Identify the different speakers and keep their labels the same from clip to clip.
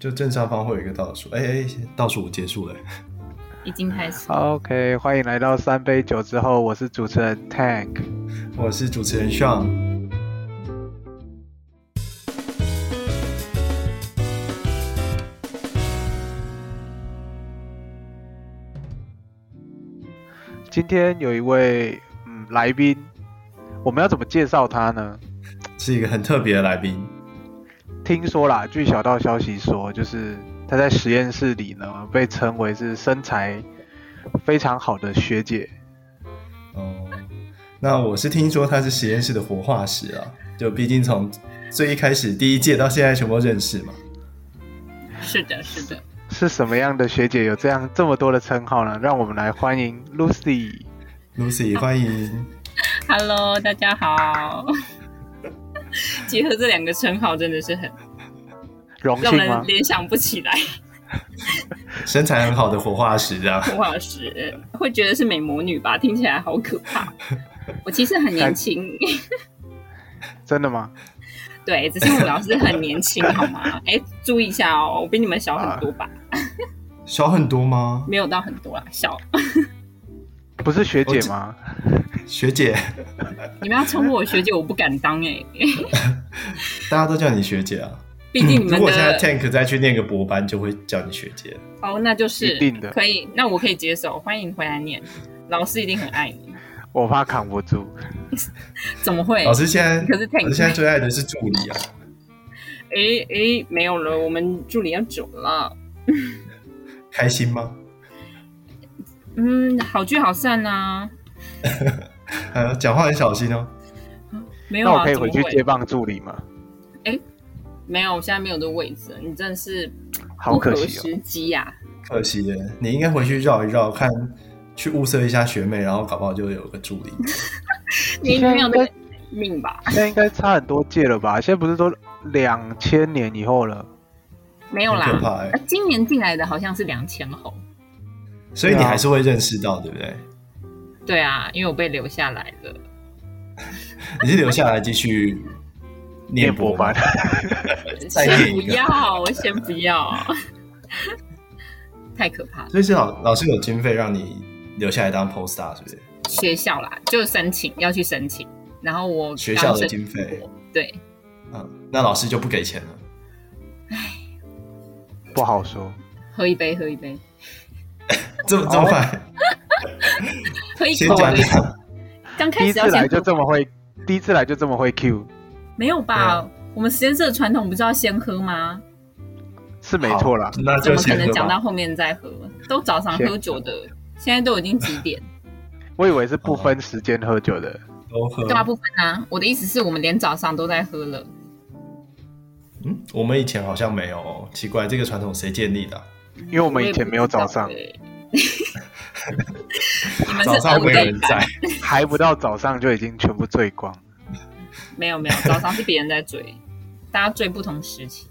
Speaker 1: 就正上方会有一个倒数，哎、哎，倒数结束了。
Speaker 2: 已经开始。
Speaker 3: OK，欢迎来到三杯酒之后，我是主持人 Tank。
Speaker 1: 我是主持人 Sean，
Speaker 3: 今天有一位嗯来宾，我们要怎么介绍他呢？
Speaker 1: 是一个很特别的来宾。
Speaker 3: 听说啦，据小道消息说，就是他在实验室里呢被称为是身材非常好的学姐。
Speaker 1: 哦，那我是听说他是实验室的活化石啊，就毕竟从最一开始第一届到现在全部都认识嘛。
Speaker 2: 是的，是的。
Speaker 3: 是什么样的学姐有这样这么多的称号呢？让我们来欢迎 Lucy。
Speaker 1: Lucy，欢迎。
Speaker 2: Hello，大家好。 结合这两个称号，真的是很
Speaker 3: 荣
Speaker 2: 让
Speaker 3: 幸吗
Speaker 2: 人？联想不起来。
Speaker 1: 身材很好的活化石，这啊样。
Speaker 2: 不好使，会觉得是美魔女吧？听起来好可怕。我其实很年 轻，
Speaker 3: 真的吗？
Speaker 2: 对，只是我老师很年轻，好吗？ 哎，注意一下哦，我比你们小很多吧？
Speaker 1: 啊小很多吗？
Speaker 2: 没有到很多啦，啊小。
Speaker 3: 不是学姐吗？
Speaker 1: 学姐，
Speaker 2: 你们要称呼我学姐，我不敢当哎、
Speaker 1: 大家都叫你学姐啊。
Speaker 2: 毕竟你
Speaker 1: 如
Speaker 2: 们
Speaker 1: 果现在
Speaker 2: 的
Speaker 1: Tank 再去念个博班，就会叫你学姐。
Speaker 2: 哦，那就是
Speaker 3: 一定的
Speaker 2: 可以，那我可以接受，欢迎回来念，老师一定很爱你，
Speaker 3: 我怕扛不住。
Speaker 2: 怎么会？
Speaker 1: 老师现在，
Speaker 2: 可是 Tank
Speaker 1: 老师现在最爱的是助理啊。
Speaker 2: 诶诶，没有了，我们助理要走了。
Speaker 1: 开心吗？
Speaker 2: 嗯，好聚好散啊，
Speaker 1: 呃，讲话很小心哦。
Speaker 2: 没有
Speaker 3: 那
Speaker 2: 啊，
Speaker 3: 我可以
Speaker 2: 怎么
Speaker 3: 回去
Speaker 2: 会
Speaker 3: 接棒助理吗？
Speaker 2: 没有，我现在没有这个位置，你真的是
Speaker 3: 好
Speaker 2: 不
Speaker 3: 可
Speaker 2: 合
Speaker 3: 惜哦。
Speaker 2: 时机呀、
Speaker 1: 可惜耶，你应该回去绕一绕，看去物色一下学妹，然后搞不好就有个 助理。
Speaker 2: 你
Speaker 3: 现
Speaker 2: 没
Speaker 3: 在
Speaker 2: 有那
Speaker 3: 应该
Speaker 2: 个命吧？
Speaker 3: 现在应该差很多届了吧？现在不是都两千年以后了？
Speaker 2: 没有啦
Speaker 1: 很可怕欸，
Speaker 2: 呃今年进来的好像是两千后，
Speaker 1: 所
Speaker 3: 啊
Speaker 1: 以你还是会认识到，对不对？
Speaker 2: 对啊，因为我被留下来了。
Speaker 1: 你是留下来继 续念博吗
Speaker 3: 念？
Speaker 1: 再
Speaker 2: 先
Speaker 1: 念
Speaker 2: 不
Speaker 1: 一个
Speaker 2: 要，我先不要，太可怕了。
Speaker 1: 所以是老老师有经费让你留下来当 post star，是不是？
Speaker 2: 学校啦，就申请要去申请，然后我
Speaker 1: 学校
Speaker 2: 刚
Speaker 1: 的
Speaker 2: 申
Speaker 1: 经费
Speaker 2: 过，对，
Speaker 1: 嗯，那老师就不给钱了。
Speaker 3: 不好说。
Speaker 2: 喝一杯，喝一杯，
Speaker 1: 这么这么
Speaker 3: 哦
Speaker 1: 快，
Speaker 2: 喝一
Speaker 1: 先
Speaker 2: 口
Speaker 1: 讲
Speaker 2: 而已。
Speaker 1: 讲。
Speaker 2: 刚开
Speaker 3: 第一
Speaker 2: 始要
Speaker 3: 次来
Speaker 2: 先
Speaker 3: 就这么会，第一次来就这么会 Q，
Speaker 2: 没有
Speaker 3: 嗯
Speaker 2: 吧？我们实验室的传统不是要先喝吗？
Speaker 3: 是没错啦
Speaker 1: 好。那
Speaker 2: 怎
Speaker 1: 就
Speaker 2: 么可
Speaker 1: 先
Speaker 2: 能
Speaker 1: 喝
Speaker 2: 讲到
Speaker 1: 吧。
Speaker 2: 后面再喝？都早上喝酒的，现在都已经几点？
Speaker 3: 我以为是不分时间喝酒的。
Speaker 1: 都
Speaker 3: 嗯
Speaker 1: 喝。
Speaker 2: 大部分啊，我的意思是我们连早上都在喝了。
Speaker 1: 嗯，我们以前好像没有哦，奇怪，这个传统谁建立的啊？
Speaker 3: 因为我们以前没有早上
Speaker 2: 嗯我也不知道欸 你们
Speaker 1: 早
Speaker 2: 是
Speaker 1: 上
Speaker 2: 熬
Speaker 1: 会有
Speaker 2: 夜
Speaker 1: 人在，
Speaker 3: 还不到早上就已经全部醉光。
Speaker 2: 没有没有，早上是别人在追，大家追不同时期。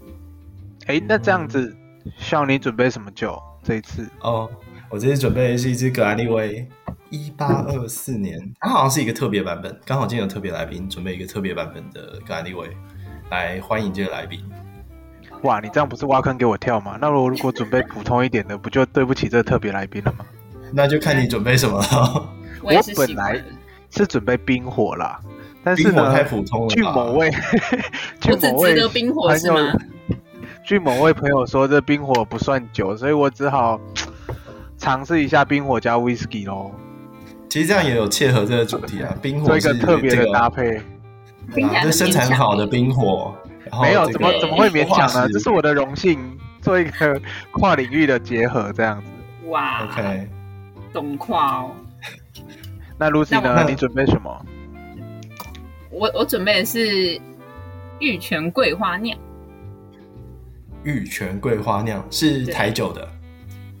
Speaker 3: 哎，
Speaker 1: 嗯
Speaker 3: 那这样子，像你准备什么酒？这一次
Speaker 1: 哦，我这次准备的是一支格兰利威，一八二四年，它好像是一个特别版本，刚好今天有特别来宾，准备一个特别版本的格兰利威来欢迎这个来宾。
Speaker 3: 哇，你这样不是挖坑给我跳吗？那我如果准备普通一点的，不就对不起这个特别来宾了吗？
Speaker 1: 那就看你准备什么了。
Speaker 2: 我也是
Speaker 3: 我
Speaker 2: 喜
Speaker 3: 本
Speaker 2: 欢
Speaker 3: 来是准备冰火啦，哎但是
Speaker 1: 冰火
Speaker 3: 呢
Speaker 1: 太，普通了吧，
Speaker 3: 据某位， 据
Speaker 2: 我只
Speaker 3: 某
Speaker 2: 值
Speaker 3: 位
Speaker 2: 得冰火
Speaker 3: 朋
Speaker 2: 是吗
Speaker 3: 友？据某位朋友说，这冰火不算酒，所以我只好尝试一下冰火加 whisky 咯，
Speaker 1: 其实这样也有切合这个主题啊。冰火
Speaker 3: 做一
Speaker 1: 是
Speaker 3: 个特别
Speaker 1: 这
Speaker 3: 的
Speaker 1: 个哦
Speaker 3: 搭配。
Speaker 2: 听起来
Speaker 1: 啊这
Speaker 2: 很
Speaker 1: 身材很
Speaker 2: 勉强
Speaker 1: 好的冰火，然后
Speaker 3: 没有，
Speaker 1: 这
Speaker 3: 怎
Speaker 1: 个
Speaker 3: 么怎么会勉强
Speaker 1: 化
Speaker 3: 呢？
Speaker 1: 石
Speaker 3: 这是我的荣幸，做一个 跨领域的结合这样子。
Speaker 2: 哇
Speaker 1: OK。
Speaker 2: 懂跨哦。
Speaker 3: 那 Lucy
Speaker 2: 那我
Speaker 3: 呢？你准备什么？
Speaker 2: 我我准备的是玉泉桂花酿，
Speaker 1: 玉泉桂花酿是
Speaker 2: 对
Speaker 1: 台酒的，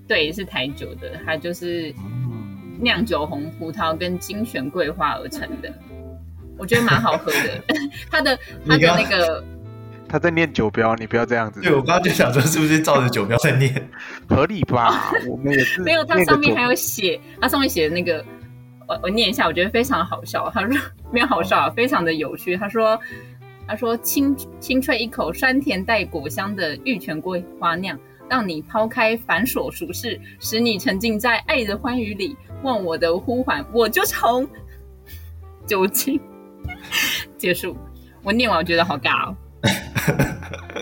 Speaker 2: 对，是台酒的，它就是
Speaker 1: 嗯，
Speaker 2: 酿酒红葡萄跟精选桂花而成的，我觉得蛮好喝的。它的它的那个
Speaker 3: 他在念酒标，你不要这样子，
Speaker 1: 对我刚刚就想说是不是照着酒标在念？
Speaker 3: 合理吧？我们也是
Speaker 2: 没有，它
Speaker 3: 念个
Speaker 2: 上面
Speaker 3: 酒
Speaker 2: 还有写，它上面写的那个，我我念一下，我觉得非常好笑。他说没有好笑啊，非常的有趣。他说，他说清清脆一口酸甜带果香的玉泉桂花酿，让你抛开繁琐俗事，使你沉浸在爱的欢愉里。忘我的呼唤，我就是红。酒精结束，我念完我觉得好尬哦。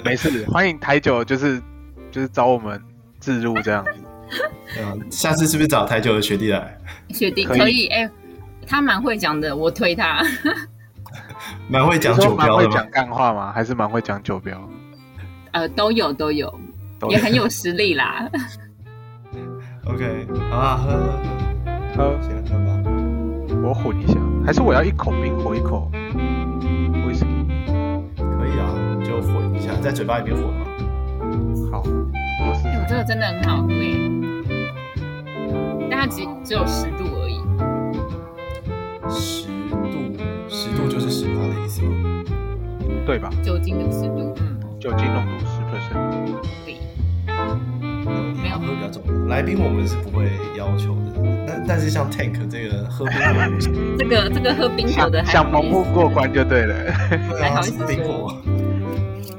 Speaker 3: 没事，欢迎台酒，就是就是找我们自入这样子。
Speaker 1: 对啊，下次是不是找台酒的学弟来？
Speaker 2: 雪弟
Speaker 3: 可以
Speaker 2: 可以，哎、他蛮会讲的，我推他。
Speaker 1: 蛮会讲
Speaker 3: 你说
Speaker 1: 酒
Speaker 3: 蛮
Speaker 1: 标
Speaker 3: 会
Speaker 1: 的吗
Speaker 3: 讲？干话吗？还是蛮会讲酒标？
Speaker 2: 呃，都有都有，
Speaker 3: 都
Speaker 2: 也很有实力 啦。
Speaker 1: OK，好啊，喝喝喝，
Speaker 3: 喝，
Speaker 1: 先喝吧。
Speaker 3: 我混一下，还是我要一口冰火一口威士忌？
Speaker 1: 可以啊，你就混一下，在嘴巴里面混嘛。
Speaker 3: 好，我是
Speaker 2: 哎、我这个真的很好喝哎、但它只只有十度而已。
Speaker 1: 十度，十度就是十趴的意思吗？
Speaker 3: 对吧？
Speaker 2: 酒精的湿度，嗯，
Speaker 3: 酒精浓度十 percent，
Speaker 2: 对，
Speaker 1: 没有喝比较重要，来宾我们是不会要求的。但但是像 Tank 这个喝冰火，
Speaker 2: 这个这个喝冰酒的
Speaker 3: 想
Speaker 2: 还
Speaker 3: 想
Speaker 2: 好
Speaker 3: 蒙
Speaker 2: 意
Speaker 3: 混
Speaker 2: 思
Speaker 3: 过关就对了。
Speaker 1: 对
Speaker 2: 还
Speaker 1: 啊，
Speaker 2: 好意
Speaker 1: 是
Speaker 2: 思说
Speaker 1: 冰火，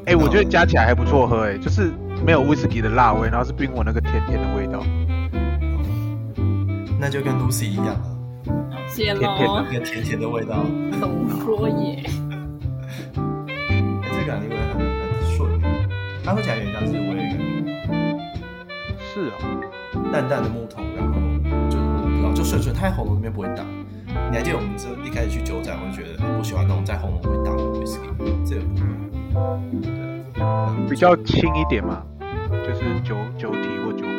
Speaker 3: 哎、我觉得加起来还不错喝、哎，就是没有威士忌的辣味，然后是冰火那个甜甜的味道，
Speaker 1: 那就跟 Lucy 一样啊，
Speaker 2: 谢
Speaker 3: 甜甜
Speaker 2: 喽
Speaker 3: 的，
Speaker 1: 那个甜甜的味道。
Speaker 2: 怎么说也
Speaker 1: 哎，这感觉会很很顺，它会起来有点像是我有一个
Speaker 3: 是哦，
Speaker 1: 淡淡的木桶，然后就我不知道，就顺顺，它在喉咙那边不会荡。你还记得我们这一开始去酒展，我就觉得不喜欢那种在喉咙会荡的 whisky，这个
Speaker 3: 嗯，
Speaker 1: 嗯
Speaker 3: 比较轻一点嘛，就是酒酒体或酒感，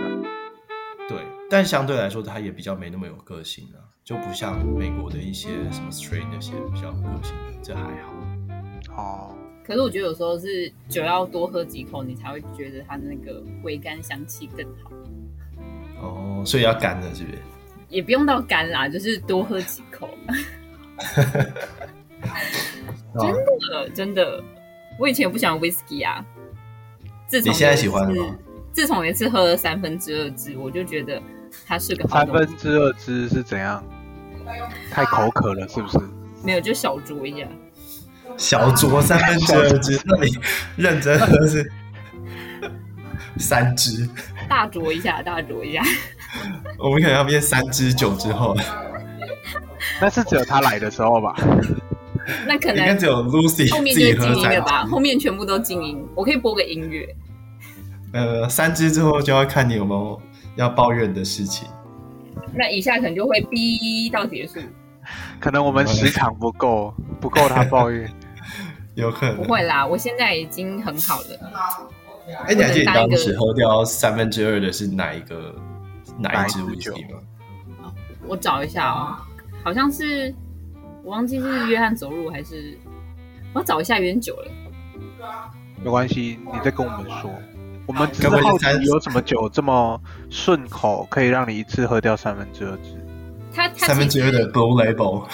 Speaker 1: 对，但相对来说，它也比较没那么有个性啊，就不像美国的一些什么 Stray 那些比较有个性的，这还好。
Speaker 3: 哦，
Speaker 2: 可是我觉得有时候是酒要多喝几口，你才会觉得它的那个回甘香气更好。
Speaker 1: 哦，所以要干的是不是？
Speaker 2: 也不用到干啦，就是多喝几口。真
Speaker 1: 的？
Speaker 2: 呃，真的，我以前不喜欢 whisky 啊，自从
Speaker 1: 你现在
Speaker 2: 有一
Speaker 1: 喜欢了
Speaker 2: 次
Speaker 1: 吗？
Speaker 2: 自从有一次喝了三分之二支，我就觉得它是个好
Speaker 3: 三
Speaker 2: 东西
Speaker 3: 分之二支是怎样？太口渴了是不是？
Speaker 2: 没有就小酌一下。
Speaker 1: 小酌三分之二支，那你认真喝是 三支，
Speaker 2: 大酌一下，大 酌一下。
Speaker 1: 我们可能要变三支酒之后，
Speaker 3: 那是只有他来的时候吧？
Speaker 2: 那可
Speaker 1: 应该
Speaker 2: 能
Speaker 1: 只有 Lucy
Speaker 2: 后面
Speaker 1: 自
Speaker 2: 就
Speaker 1: 己
Speaker 2: 会
Speaker 1: 喝
Speaker 2: 静音
Speaker 1: 三
Speaker 2: 了
Speaker 1: 支。
Speaker 2: 吧？后面全部都静音，我可以播个音乐。
Speaker 1: 呃，三支之后就要看你有没有要抱怨的事情。
Speaker 2: 那以下可能就会逼到结束，
Speaker 3: 可能我们时长不 够，不够他抱怨。
Speaker 1: 有可能
Speaker 2: 不会啦，我现在已经很好了。
Speaker 1: 哎、你还记得你
Speaker 2: 或者搭一
Speaker 1: 当
Speaker 2: 个
Speaker 1: 时喝掉三分之二的是哪一个哪一支威士忌吗？
Speaker 2: 我找一下哦，好像是我忘记是约翰走路还是我找一下，有点久了。
Speaker 3: 没关系，你再跟我们说。我们只是
Speaker 1: 根本就
Speaker 3: 好奇
Speaker 1: 三
Speaker 3: 有什么酒这么顺口，可以让你一次喝掉三分之二支。
Speaker 2: 它它
Speaker 1: 三分之二的 Blue Label，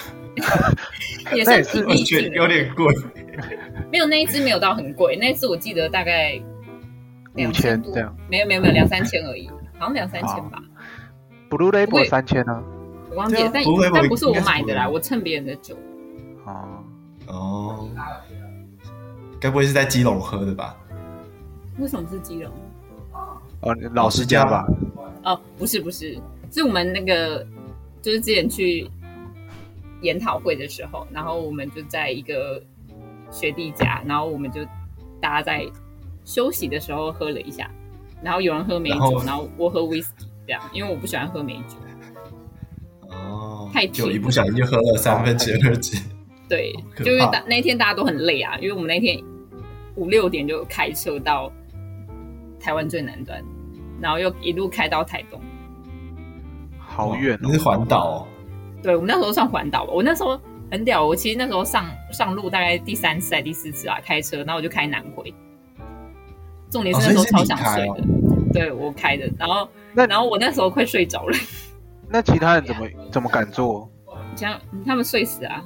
Speaker 2: 也
Speaker 3: 那
Speaker 2: 算
Speaker 3: 也
Speaker 2: 挺
Speaker 3: 是
Speaker 1: 我
Speaker 2: 励
Speaker 1: 觉
Speaker 2: 志
Speaker 1: 得有
Speaker 2: 的，
Speaker 1: 点贵。
Speaker 2: 没有那一只没有到很贵，那一只我记得大概
Speaker 3: 五千这样，
Speaker 2: 没有没有没有两三千而已，好像两三千吧，
Speaker 3: ，Blue
Speaker 2: 不过
Speaker 3: Label 三千呢？
Speaker 2: 我忘记
Speaker 1: 对
Speaker 2: 了
Speaker 1: 啊，
Speaker 2: 但
Speaker 1: 不会
Speaker 2: 但
Speaker 1: 我
Speaker 2: 不是我
Speaker 1: 应该是
Speaker 2: 买的啦，
Speaker 1: 不会
Speaker 2: 我蹭别人的酒，
Speaker 3: 哦，
Speaker 1: 哦，该不会是在基隆喝的吧？
Speaker 2: 为什么是基隆？
Speaker 3: 哦，老师家吧，
Speaker 2: 哦，不是不是，是我们那个就是之前去研讨会的时候，然后我们就在一个学弟家，然后我们就大家在休息的时候喝了一下，然后有人喝美
Speaker 1: 然后
Speaker 2: 酒，然后我喝 whisky 这样，因为我不喜欢喝美酒。
Speaker 1: 哦
Speaker 2: 太，
Speaker 1: 就
Speaker 2: 甜
Speaker 1: 一不小心就喝了三分之二支。
Speaker 2: 对
Speaker 1: 好，可怕
Speaker 2: 就是大那天大家都很累啊，因为我们那天五六点就开车到台湾最南端，然后又一路开到台东。
Speaker 3: 好远哦
Speaker 1: 哦你是环岛
Speaker 2: 对我们那时候算环岛吧，我那时候很屌，我其实那时候上上路大概第三次还第四次吧，开车，然后我就开南回。重点是那时候超想睡
Speaker 1: 哦所以
Speaker 2: 的，对我开的，然后
Speaker 3: 那
Speaker 2: 然后我那时候快睡着了，
Speaker 3: 那其他人怎么怎么敢做？
Speaker 2: 像他们睡死啊，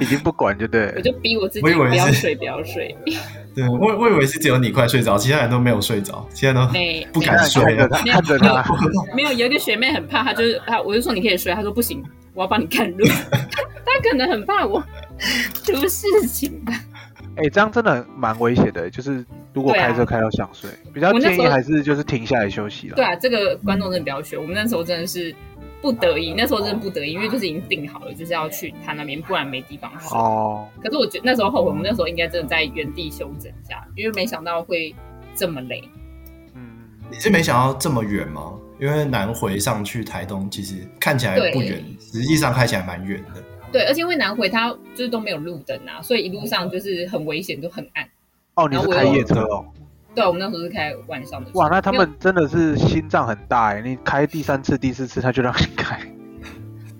Speaker 3: 已经不管就对
Speaker 2: 我
Speaker 3: 了。
Speaker 2: 就逼我自己
Speaker 1: 我以为
Speaker 2: 不要
Speaker 1: 是
Speaker 2: 睡，不要睡，
Speaker 1: 哦，对我我以为是只有你快睡着，其他人都没有睡着，其他人都
Speaker 2: 没
Speaker 1: 不
Speaker 2: 没
Speaker 1: 敢睡啊
Speaker 3: 看
Speaker 1: 了。
Speaker 2: 没有
Speaker 3: 着他，看着他，
Speaker 2: 没有，有一个学妹很 怕，她就是她，我就说你可以睡，她说不行，我要帮你看路。她可能很怕我，出事情吧。
Speaker 3: 哎、这样真的蛮危险的，就是如果
Speaker 2: 对啊
Speaker 3: 开车开到想睡，比较
Speaker 2: 我那
Speaker 3: 建
Speaker 2: 时候
Speaker 3: 议还是就是停下来休息啦。
Speaker 2: 对啊，这个观众真的不要学。我们那时候真的是不得已，那时候真的不得已，因为就是已经定好了，就是要去他那边，不然没地方睡。
Speaker 3: 哦，
Speaker 2: 可是我觉得那时候后悔，我们那时候应该真的在原地休整一下，因为没想到会这么累。
Speaker 3: 嗯，
Speaker 1: 你是没想到这么远吗？因为南回上去台东，其实看起来不远，实际上开起来蛮远的。
Speaker 2: 对，而且因为南回它就是都没有路灯啊，所以一路上就是很危险，就很暗。
Speaker 3: 哦，你是开夜车哦，
Speaker 2: 对啊、我们那时候是开晚上的车。
Speaker 3: 哇，那他
Speaker 2: 因为
Speaker 3: 们真的是心脏很大哎，你开第三次、第四次他就让你开。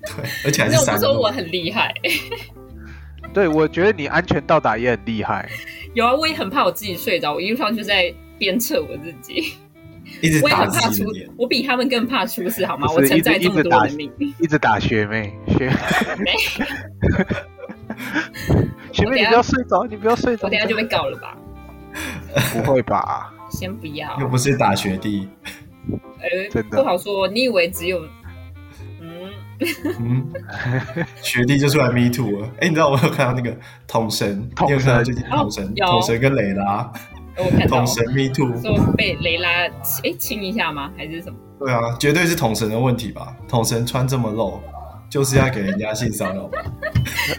Speaker 1: 对，而且还是
Speaker 2: 那我
Speaker 1: 山
Speaker 2: 不说
Speaker 1: 路
Speaker 2: 我。很厉害，
Speaker 3: 对，我觉得你安全到达也很厉害。
Speaker 2: 有啊，我也很怕我自己睡着，我一路上就在鞭策我自己，
Speaker 1: 一直
Speaker 2: 我也
Speaker 1: 打
Speaker 2: 很怕
Speaker 1: 自己
Speaker 2: 出
Speaker 1: 的脸，，
Speaker 2: 我比他们更怕出事，好吗？
Speaker 3: 不
Speaker 2: 我
Speaker 3: 是
Speaker 2: 承载
Speaker 3: 一
Speaker 2: 这
Speaker 3: 直
Speaker 2: 么
Speaker 3: 一直
Speaker 2: 多
Speaker 3: 打
Speaker 2: 人的命，
Speaker 3: 一直打学妹，学
Speaker 2: 没
Speaker 3: 学妹，你不要睡着，你不要睡着。
Speaker 2: 我等一下就被告了吧？
Speaker 3: 不会吧？
Speaker 2: 先不要，
Speaker 1: 又不是打学弟。
Speaker 2: 呃，
Speaker 3: 真的
Speaker 2: 不好说。你以为只有，嗯，
Speaker 1: 嗯，学弟就出来 me too 了。哎、你知道我有看到那个统神，
Speaker 3: 统
Speaker 1: 你有
Speaker 3: 神
Speaker 1: 看到最近统神、
Speaker 2: 哦有
Speaker 1: 统神跟雷拉，
Speaker 2: 我看到
Speaker 1: 统神 me too，
Speaker 2: 说被雷拉哎亲一下吗？还是什么？
Speaker 1: 对啊，绝对是统神的问题吧？统神穿这么露，就是要给人家性骚扰吧？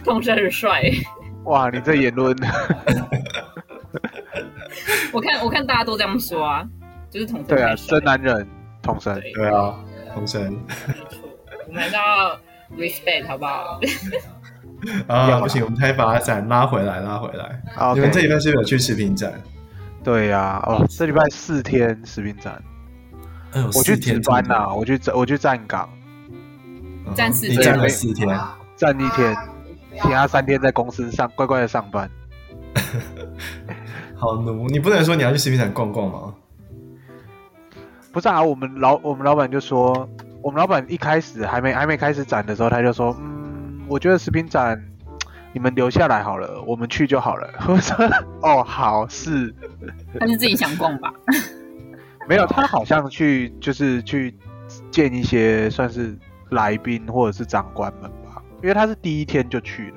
Speaker 2: 同事很帅，
Speaker 3: 哇，你这言论，
Speaker 2: 我看我看大家都这样说啊，就是同事
Speaker 3: 对啊，
Speaker 2: 很帅
Speaker 3: 真男人，统神，
Speaker 2: 对，
Speaker 1: 对啊，统神
Speaker 2: 没错，我们还是要 respect 好不好？
Speaker 1: 啊，
Speaker 3: 要
Speaker 1: 不行，我们太把伞拉回来，拉回来。
Speaker 3: 啊
Speaker 1: 你们这
Speaker 3: ，OK，
Speaker 1: 礼拜是不是有去食品展？
Speaker 3: 对呀、哦，这礼拜四天食品展，
Speaker 1: 哎呦
Speaker 3: 我去啊
Speaker 1: 四
Speaker 3: 值
Speaker 1: 天
Speaker 3: 班呐、我去站我去站岗，
Speaker 1: 嗯
Speaker 2: 站四
Speaker 1: 你
Speaker 2: 天
Speaker 1: 站了四天，
Speaker 3: 站一天，
Speaker 2: 啊
Speaker 3: 其他三天在公司上乖乖的上班。
Speaker 1: 好奴！你不能说你要去食品展逛逛吗？
Speaker 3: 不是啊，我们老我们老板就说，我们老板一开始还没还没开始展的时候，他就说，嗯，我觉得食品展你们留下来好了，我们去就好了。 我说，哦，好是，
Speaker 2: 他是自己想逛吧？
Speaker 3: 没有，他好像去就是去见一些算是来宾或者是长官们吧，因为他是第一天就去了，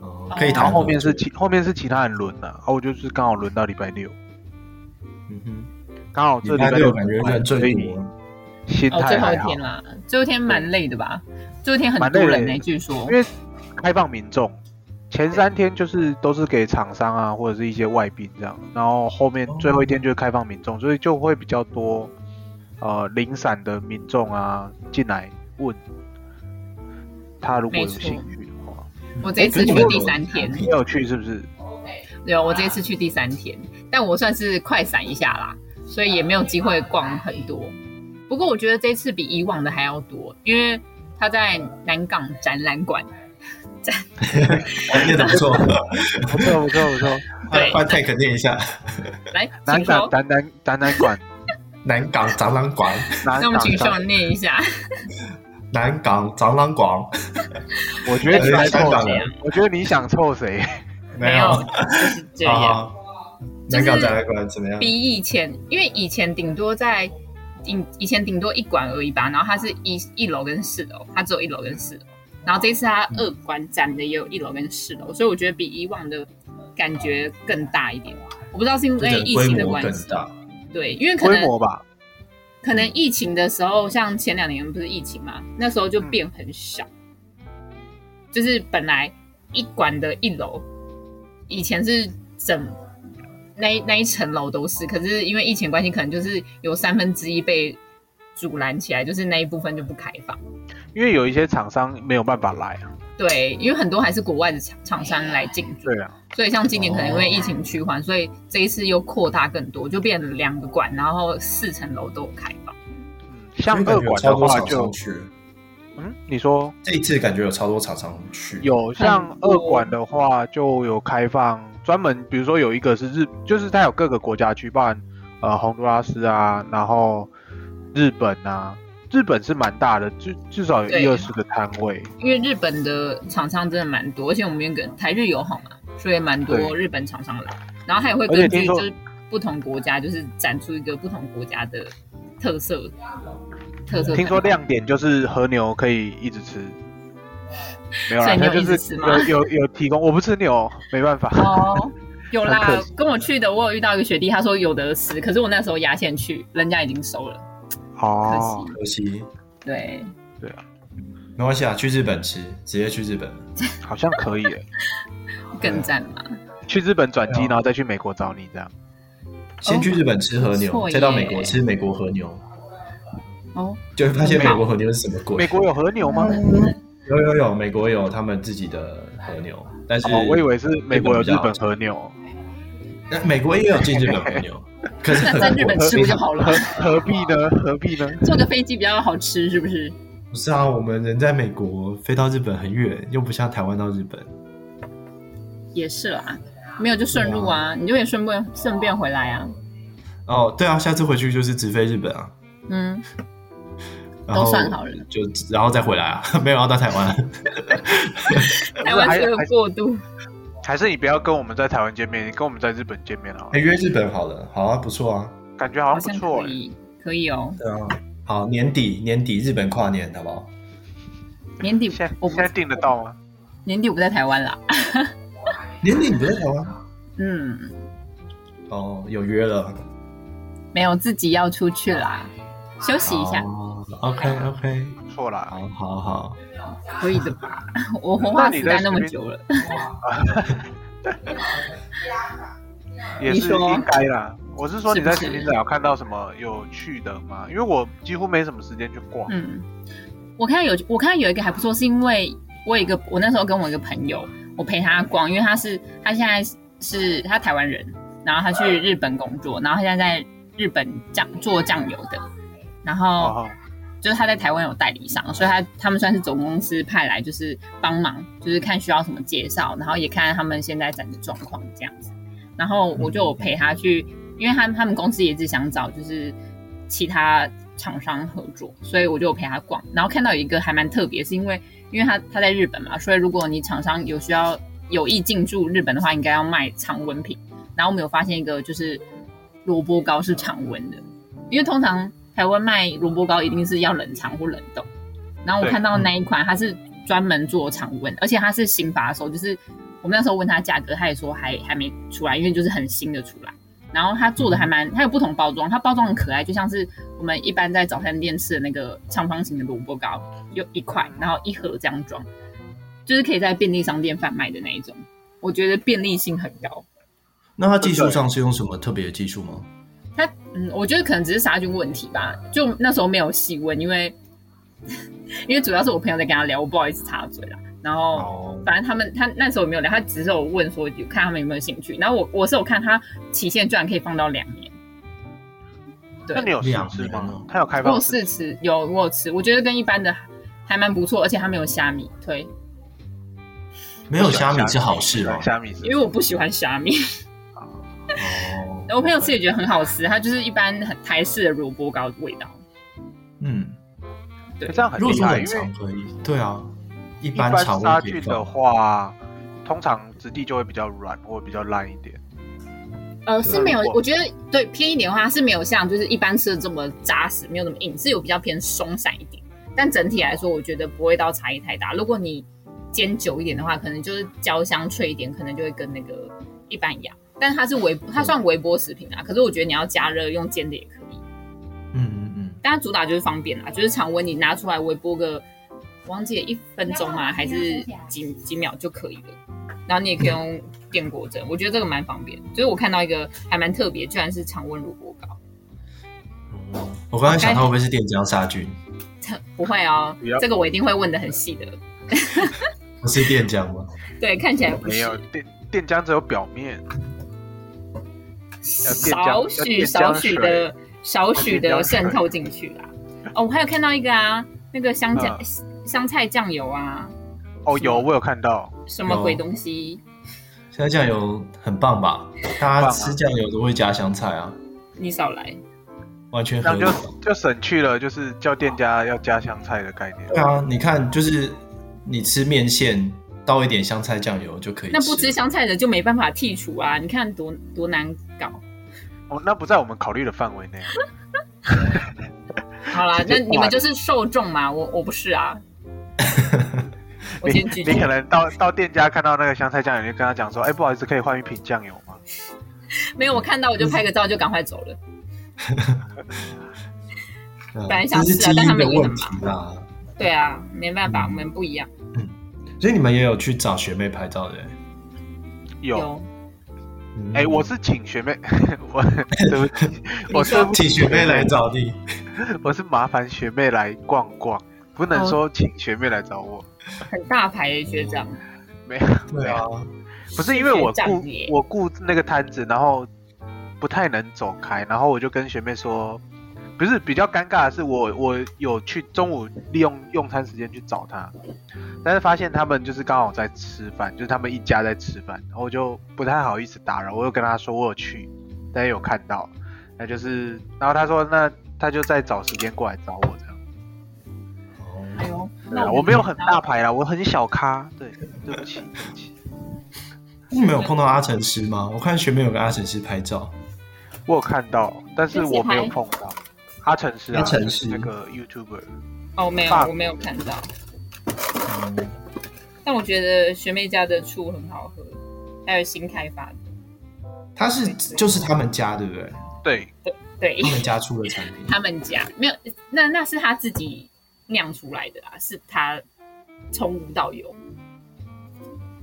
Speaker 1: 哦，可以
Speaker 3: 然
Speaker 1: 谈合
Speaker 3: 后
Speaker 1: 作。
Speaker 3: 后面是其后面是其他人轮了、啊，我就是刚好轮到礼拜六，
Speaker 1: 嗯哼，
Speaker 3: 刚好这
Speaker 1: 礼
Speaker 3: 礼
Speaker 1: 拜
Speaker 3: 拜
Speaker 1: 六
Speaker 3: 六
Speaker 1: 感觉人
Speaker 3: 所
Speaker 1: 最
Speaker 3: 以
Speaker 1: 多。
Speaker 3: 心
Speaker 2: 哦，最
Speaker 3: 态
Speaker 2: 后一
Speaker 3: 还好，
Speaker 2: 天啦，最后一天蛮累的吧？最后一天很
Speaker 3: 蛮
Speaker 2: 多
Speaker 3: 累的
Speaker 2: 人呢、据说
Speaker 3: 因为开放民众，前三天就是都是给厂商啊或者是一些外宾这样，然后后面
Speaker 1: 哦
Speaker 3: 最后一天就是开放民众，所以就会比较多呃零散的民众啊进来问他如果有
Speaker 2: 没错
Speaker 3: 兴趣的话，
Speaker 2: 我这一
Speaker 1: 哎可
Speaker 2: 次
Speaker 1: 是
Speaker 2: 去
Speaker 1: 你们
Speaker 2: 第
Speaker 1: 有
Speaker 2: 三天，
Speaker 3: 你有去是 不是？
Speaker 2: 有，我这一次去第三天，但我算是快闪一下啦，所以也没有机会逛很多。不过我觉得这次比以往的还要多，因为它在南港展览馆，
Speaker 1: 哎念的不错，
Speaker 3: 不错不错不错，
Speaker 2: 对
Speaker 1: 换 take 念一下。
Speaker 2: 来，
Speaker 3: 南
Speaker 2: 请
Speaker 3: 港
Speaker 2: 说。
Speaker 3: 展南展南 馆，
Speaker 1: 南港展览馆，
Speaker 3: 南
Speaker 2: 那我们
Speaker 3: 港
Speaker 2: 请
Speaker 3: 展
Speaker 2: 手，念一下，
Speaker 1: 南港展览馆，
Speaker 3: 我觉得你
Speaker 1: 哎
Speaker 3: 想
Speaker 1: 香
Speaker 3: 凑
Speaker 1: 港
Speaker 3: 谁
Speaker 1: 人？
Speaker 3: 我觉得你想凑谁？
Speaker 2: 没有，就是这
Speaker 1: 好
Speaker 2: 样。
Speaker 1: 好
Speaker 2: 就
Speaker 1: 南
Speaker 2: 是
Speaker 1: 港展览馆怎么样？
Speaker 2: 比以前，因为以前顶多在以以前顶多一馆而已吧，然后它是一一楼跟四楼，它只有一楼跟四楼。然后这次它二馆展的也有一楼跟四楼，所以我觉得比以往的感觉更大一点。我不知道是因
Speaker 1: 就
Speaker 2: 为
Speaker 1: 整个
Speaker 2: 疫
Speaker 1: 规
Speaker 2: 情的
Speaker 1: 模
Speaker 2: 关
Speaker 1: 更
Speaker 2: 系，
Speaker 1: 大，
Speaker 2: 对，因为可
Speaker 3: 规
Speaker 2: 能
Speaker 3: 模吧，
Speaker 2: 可能疫情的时候，像前两年不是疫情嘛，那时候
Speaker 3: 嗯
Speaker 2: 就变很小，就是本来一馆的一楼，以前是整那一那一层楼都是，可是因为疫情关系，可能就是有三分之一被阻拦起来，就是那一部分就不开放。
Speaker 3: 因为有一些厂商没有办法来啊。
Speaker 2: 对，因为很多还是国外的厂厂商来进驻，
Speaker 3: 对啊，
Speaker 2: 所以像今年可能因为疫情趋缓，所以这一次又扩大更多，就变两个馆，然后四层楼都有开放。
Speaker 3: 嗯，像
Speaker 1: 因为
Speaker 3: 二
Speaker 1: 感觉有
Speaker 3: 馆
Speaker 1: 超
Speaker 3: 的
Speaker 1: 多
Speaker 3: 话
Speaker 1: 厂
Speaker 3: 就
Speaker 1: 商去了。
Speaker 3: 嗯，你说
Speaker 1: 这一次感觉有超多厂商去，
Speaker 3: 有像
Speaker 2: 多
Speaker 3: 二馆的话，就有开放专门，比如说有一个是日，就是它有各个国家去办，呃，洪都拉斯啊，然后日本啊，日本是蛮大的，至至少有
Speaker 2: 对
Speaker 3: 一二十个摊位。
Speaker 2: 因为日本的厂商真的蛮多，而且我们也跟台日友好嘛，所以蛮多
Speaker 3: 对
Speaker 2: 日本厂商来，然后他也会
Speaker 3: 而且
Speaker 2: 根
Speaker 3: 听
Speaker 2: 据
Speaker 3: 说
Speaker 2: 就是不同国家，就是展出一个不同国家的特色特色展。
Speaker 3: 听说亮点就是和牛可以一直吃，没有啦
Speaker 2: 所，以你
Speaker 3: 他
Speaker 2: 有
Speaker 3: 就
Speaker 2: 一直
Speaker 3: 是
Speaker 2: 吃吗
Speaker 3: 有有有提供，我不吃牛，没办法。
Speaker 2: 哦，有
Speaker 3: 很
Speaker 2: 啦
Speaker 3: 可惜，
Speaker 2: 跟我去的，我有遇到一个学弟，他说有的吃，可是我那时候压线去，人家已经收了，
Speaker 3: 哦，
Speaker 1: 可惜，
Speaker 2: 对，
Speaker 1: 没关系啊，去日本吃，直接去日本。
Speaker 3: 好像可以耶，
Speaker 2: 更赞嘛。
Speaker 3: 去日本转
Speaker 1: 对
Speaker 3: 机，
Speaker 1: 啊
Speaker 3: 然后再去美国找你这样。
Speaker 1: 先去日本吃和牛，
Speaker 2: 哦不错耶
Speaker 1: 再到美国吃美国和牛，
Speaker 2: 哦，
Speaker 1: 就会发现美国和牛是什么鬼。
Speaker 3: 美国有和牛吗？
Speaker 1: 有有有，美国有他们自己的和牛，但是、
Speaker 3: 哦，我以为是美国有日
Speaker 1: 日本
Speaker 3: 本
Speaker 1: 比
Speaker 3: 和牛，
Speaker 1: 那美国也有进日本和牛，可是
Speaker 2: 那在日本吃不就好了
Speaker 3: 何？ 何必呢？何必呢？
Speaker 2: 坐个飞机比较好吃，是不是？
Speaker 1: 不是啊，我们人在美国，飞到日本很远，又不像台湾到日本。
Speaker 2: 也是啦，没有就顺路啊，你就也顺便顺便回来啊。
Speaker 1: 哦，对啊，下次回去就是直飞日本啊，
Speaker 2: 嗯，
Speaker 1: 然后
Speaker 2: 都算好了，
Speaker 1: 就然后再回来啊， 没有要到台湾。
Speaker 2: 台湾是个过渡，
Speaker 3: 还是你不要跟我们在台湾见面，你跟我们在日本见面好
Speaker 1: 哎、
Speaker 3: 了，
Speaker 1: 约日本好了，好啊，不错啊。
Speaker 3: 感觉好
Speaker 2: 好
Speaker 3: 像
Speaker 2: 像
Speaker 3: 不错欸哎
Speaker 2: 可
Speaker 3: 耶。
Speaker 2: 以，可以哦。
Speaker 1: 对啊，好，年底年底日本跨年好不好？
Speaker 2: 年底
Speaker 3: 现在
Speaker 2: 我
Speaker 3: 现
Speaker 2: 不
Speaker 3: 在订得到吗？
Speaker 2: 年底我不在台湾啦。
Speaker 1: 年底你不在台湾？
Speaker 2: 嗯，
Speaker 1: 哦，有约了，
Speaker 2: 没有自己要出去啦，休息一下，啊
Speaker 1: 哦、OK OK，
Speaker 3: 不错啦，
Speaker 1: 好好好，
Speaker 2: 可以的 吧？我活化
Speaker 3: 那你
Speaker 2: 石
Speaker 3: 在
Speaker 2: 待那么
Speaker 3: 这边
Speaker 2: 久了，
Speaker 3: 也
Speaker 2: 你
Speaker 3: 是
Speaker 2: 说
Speaker 3: 应该啦。我是说你在
Speaker 2: 是
Speaker 3: 行
Speaker 2: 不是
Speaker 3: 天展有看到什么有趣的吗？因为我几乎没什么时间去逛。
Speaker 2: 嗯，我看有我看有一个还不错，是因为我有一个我那时候跟我一个朋友，我陪他逛，因为他是他现在是他台湾人，然后他去日本工作，然后他现在在日本酱做酱油的，然后
Speaker 3: 哦，
Speaker 2: 就是他在台湾有代理商，所以他他们算是总公司派来，就是帮忙，就是看需要什么介绍，然后也看他们现在展的状况这样子。然后我就有陪他去，因为他他们公司也是想找就是其他厂商合作，所以我就有陪他逛。然后看到有一个还蛮特别，是因为因为他他在日本嘛，所以如果你厂商有需要有意进驻日本的话，应该要卖常温品。然后我们有发现一个就是萝卜糕是常温的，因为通常台湾卖萝卜糕一定是要冷藏或冷冻，然后我
Speaker 3: 对
Speaker 2: 看到那一款它是专门做常温，而且它是新发售，就是我们那时候问他价格，他也说还还没出来，因为就是很新的出来。然后它做的还蛮，它有不同包装，它包装很可爱，就像是我们一般在早餐店吃的那个长方形的萝卜糕，有一块，然后一盒这样装，就是可以在便利商店贩卖的那一种。我觉得便利性很高。
Speaker 1: 那它技术上是用什么特别的技术吗？
Speaker 2: 它嗯，我觉得可能只是杀菌问题吧，就那时候没有细问，因为因为主要是我朋友在跟他聊，我不好意思插嘴啦。然后
Speaker 1: 哦，
Speaker 2: 反正他们他那时候也没有聊，他只是有问说有看他们有没有兴趣。然后我我是有看他期限居然可以放到两年，对
Speaker 3: 那你有试
Speaker 1: 两
Speaker 3: 吃
Speaker 1: 年
Speaker 3: 吗
Speaker 1: 哦？
Speaker 3: 它有开
Speaker 2: 我有
Speaker 3: 放试
Speaker 2: 试吃，有我有吃，我觉得跟一般的还蛮不错，而且他们有虾米推，
Speaker 1: 没有虾米是好事啊吗？
Speaker 3: 虾米是
Speaker 2: 因为我不喜欢虾米。
Speaker 1: 哦，
Speaker 2: 我朋友吃也觉得很好吃，它就是一般很台式的萝卜糕的味道。
Speaker 1: 嗯，
Speaker 2: 对
Speaker 3: 欸这样很
Speaker 1: 如果
Speaker 3: 厉
Speaker 1: 说
Speaker 3: 害，
Speaker 1: 很
Speaker 3: 因为
Speaker 1: 长可以，对啊，一
Speaker 3: 一
Speaker 1: 般
Speaker 3: 般
Speaker 1: 常
Speaker 3: 杀
Speaker 1: 温可以
Speaker 3: 菌
Speaker 1: 放
Speaker 3: 的话，通常质地就会比较软或比较烂一点。
Speaker 2: 呃，
Speaker 1: 对
Speaker 2: 是没有
Speaker 3: 如，果
Speaker 2: 我觉得对偏一点的话是没有像就是一般吃的这么扎实，没有那么硬，是有比较偏松散一点。但整体来说，我觉得不会到差异太大。如果你煎久一点的话，可能就是焦香脆一点，可能就会跟那个一般一样。但它是微，它算微波食品啊。可是我觉得你要加热用煎的也可以。
Speaker 1: 嗯嗯嗯，
Speaker 2: 但它主打就是方便啦，就是常温你拿出来微波个，我忘记了一分钟嘛，还是几几秒就可以了。然后你也可以用电锅蒸，我觉得这个蛮方便。就是我看到一个还蛮特别，居然是常温萝卜糕，
Speaker 1: 哦我刚才想它会不会是电浆杀菌？
Speaker 2: 不会哦
Speaker 3: 不要，
Speaker 2: 这个我一定会问的很细的。
Speaker 1: 不是电浆吗？
Speaker 2: 对，看起来不
Speaker 3: 没
Speaker 2: 是
Speaker 3: 有，电电浆只有表面，电浆
Speaker 2: 少
Speaker 3: 要电
Speaker 2: 许
Speaker 3: 浆
Speaker 2: 少许
Speaker 3: 水
Speaker 2: 的少许
Speaker 3: 要
Speaker 2: 的
Speaker 3: 电浆水
Speaker 2: 渗透进去啦。哦，我还有看到一个啊，那个香酱、
Speaker 3: 嗯
Speaker 2: 香菜酱油啊，
Speaker 3: 哦，
Speaker 2: 是
Speaker 3: 有我有看到，
Speaker 2: 什么
Speaker 1: 有
Speaker 2: 鬼东西？
Speaker 1: 现在酱油很棒吧？大家吃酱油都会加香菜啊，
Speaker 2: 你少来。
Speaker 1: 完全
Speaker 3: 这
Speaker 1: 合
Speaker 3: 样
Speaker 1: 理
Speaker 3: 就。就省去了，就是叫店家要加香菜的概念。
Speaker 1: 对啊，你看，就是你吃面线倒一点香菜酱油就可以。
Speaker 2: 那不吃，香菜的就没办法剔除啊！你看多多难搞。
Speaker 3: 哦，那不在我们考虑的范围内。啊
Speaker 2: 好啦
Speaker 3: 直，接
Speaker 2: 那
Speaker 3: 挂
Speaker 2: 你们就是受众嘛，我我不是啊。我先拒绝
Speaker 3: 你可能到到店家看到那个香菜酱油，你就跟他讲说，哎、不好意思，可以换一瓶酱油吗？
Speaker 2: 没有，我看到我就拍个照，就赶快走了。
Speaker 1: 本
Speaker 2: 来想
Speaker 1: 嗯这是
Speaker 2: 试啊
Speaker 1: 基
Speaker 2: 但他
Speaker 1: 因
Speaker 2: 们
Speaker 1: 的
Speaker 2: 也很
Speaker 1: 问题啦。
Speaker 2: 对啊，没办法，我们不一样。
Speaker 3: 嗯
Speaker 1: 所以你们也有去找学妹拍照的欸？
Speaker 3: 有，
Speaker 1: 嗯
Speaker 3: 哎、我是请学妹， 我对不 起，我是
Speaker 2: 说
Speaker 1: 请学妹来找你。
Speaker 3: 我是麻烦学妹来逛逛，不能
Speaker 2: 哦
Speaker 3: 说请学妹来找我，
Speaker 2: 很大牌的学长，
Speaker 3: 没有，
Speaker 1: 对啊，
Speaker 3: 不是因为我
Speaker 2: 学
Speaker 3: 顾
Speaker 2: 长耶
Speaker 3: 我顾那个摊子，然后不太能走开，然后我就跟学妹说，不是比较尴尬的是我我有去中午利用用餐时间去找她，但是发现他们就是刚好在吃饭，就是他们一家在吃饭，然后我就不太好意思打扰，我又跟她说我有去，大家有看到，那就是，然后她说那她就再找时间过来找我这样。
Speaker 2: 哎
Speaker 1: 哦
Speaker 2: 呦，
Speaker 3: 对
Speaker 2: 那
Speaker 3: 啊，我没有很大牌啦，我很小咖。对，对不起，对不起。
Speaker 1: 你们有碰到阿成师吗？我看学妹有跟阿成师拍照，
Speaker 3: 我有看到，但是我没有
Speaker 2: 那是谁
Speaker 3: 碰到。阿成是啊，
Speaker 1: 阿成
Speaker 3: 就是
Speaker 1: 是
Speaker 3: 那个 YouTuber，
Speaker 2: 哦，没有，
Speaker 3: 大
Speaker 2: 我没有看到。
Speaker 1: 嗯，
Speaker 2: 但我觉得学妹家的醋很好喝，还有新开发的，
Speaker 1: 他是就是他们家对不对？
Speaker 3: 对，
Speaker 2: 对
Speaker 1: 他们家出的产品，
Speaker 2: 他们家没有，那那是他自己酿出来的啦，啊是他从无到有，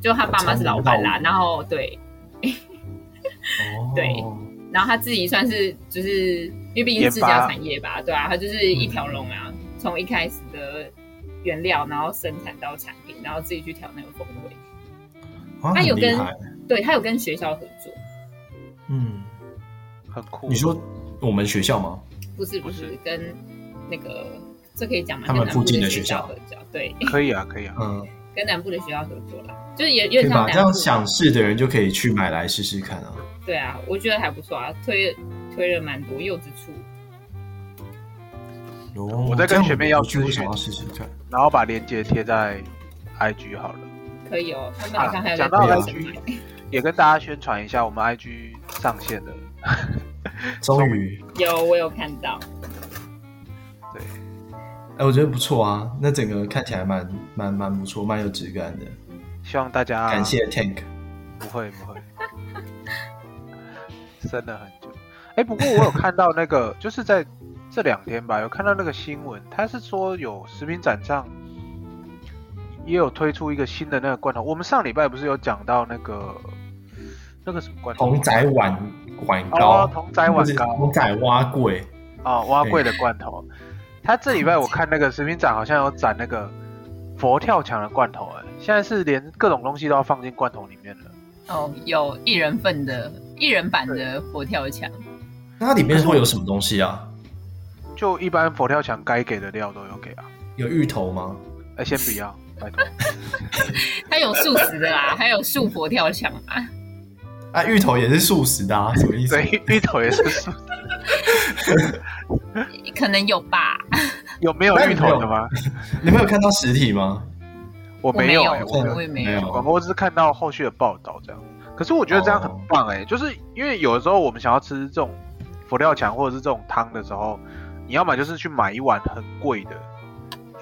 Speaker 2: 就他爸妈是老板啦，
Speaker 1: 从无到有
Speaker 2: 然后对，
Speaker 1: 哦，
Speaker 2: 对然后他自己算是就是因为毕竟是自
Speaker 3: 研
Speaker 2: 家
Speaker 3: 发
Speaker 2: 产业吧，对啊，他就是一条龙啊，从一开始的原料，然后生产到产品，然后自己去调那个风味。
Speaker 1: 啊，
Speaker 2: 他
Speaker 1: 很
Speaker 2: 有
Speaker 1: 厉
Speaker 2: 跟
Speaker 1: 害
Speaker 2: 对他有跟学校合作，
Speaker 1: 嗯，
Speaker 3: 很酷。
Speaker 1: 你说我们学校吗？
Speaker 2: 不是不
Speaker 3: 不是
Speaker 2: 是跟那个这可以讲吗？
Speaker 1: 他们
Speaker 2: 跟南部
Speaker 1: 附近
Speaker 2: 的
Speaker 1: 的学
Speaker 2: 校
Speaker 1: 校
Speaker 2: 合作，对，
Speaker 3: 可以啊，可以啊。
Speaker 1: 嗯，
Speaker 2: 跟南部的学校合作啦，就是也有
Speaker 1: 对
Speaker 2: 点像
Speaker 1: 吧？
Speaker 2: 南
Speaker 1: 这样
Speaker 2: 部
Speaker 1: 想试的人就可以去买来试试看啊。
Speaker 2: 对啊，我觉得还不错啊，推推了蛮多柚子醋，
Speaker 1: 哦
Speaker 3: 我在跟学妹要
Speaker 1: 这样我
Speaker 3: 咨
Speaker 1: 就
Speaker 3: 询
Speaker 1: 想要试试看。
Speaker 3: 然后把链接贴在 IG 好了，
Speaker 2: 可以哦。他们好像还有在
Speaker 3: 啊讲到
Speaker 2: 推
Speaker 3: IG 也跟大家宣传一下，我们 IG 上线了。
Speaker 1: 终于，
Speaker 2: 有我有看到，
Speaker 3: 对，
Speaker 1: 哎、我觉得不错啊，那整个看起来蛮蛮蛮不错，蛮有质感的。
Speaker 3: 希望大家
Speaker 1: 感谢 Tank，
Speaker 3: 不会不会，生了很久。哎、不过我有看到那个， 就是在这两天吧，有看到那个新闻，他是说有食品展上也有推出一个新的那个罐头。我们上礼拜不是有讲到那个那个什么罐头？
Speaker 1: 童仔碗碗糕
Speaker 3: 哦，，童仔碗 糕
Speaker 1: 童仔蛙贵，
Speaker 3: 啊、哦，蛙贵的罐头。他这礼拜我看那个食品展好像有展那个佛跳墙的罐头、哎，现在是连各种东西都要放进罐头里面了。
Speaker 2: 哦，有一人份的、一人版的佛跳墙，
Speaker 1: 那它里面会有什么东西啊？
Speaker 3: 就一般佛跳墙该给的料都有给啊。
Speaker 1: 有芋头吗？
Speaker 3: 哎，先不要，拜托。
Speaker 2: 它有素食的啦，还有素佛跳墙啊，
Speaker 1: 啊，芋头也是素食的啊，什么意思？
Speaker 3: 对，芋头也是素食，
Speaker 2: 可能有吧。
Speaker 3: 有没有芋头的吗？
Speaker 1: 你们有看到实体吗？
Speaker 3: 我没有哎，
Speaker 2: 我没有，
Speaker 3: 我没有
Speaker 2: 我。也没
Speaker 1: 没
Speaker 2: 有。
Speaker 1: 有
Speaker 3: 我。我只是看到后续的报道这样。可是我觉得这样很棒哎，就是因为有的时候我们想要吃这种佛跳墙或者是这种汤的时候，你要么就是去买一碗很贵的，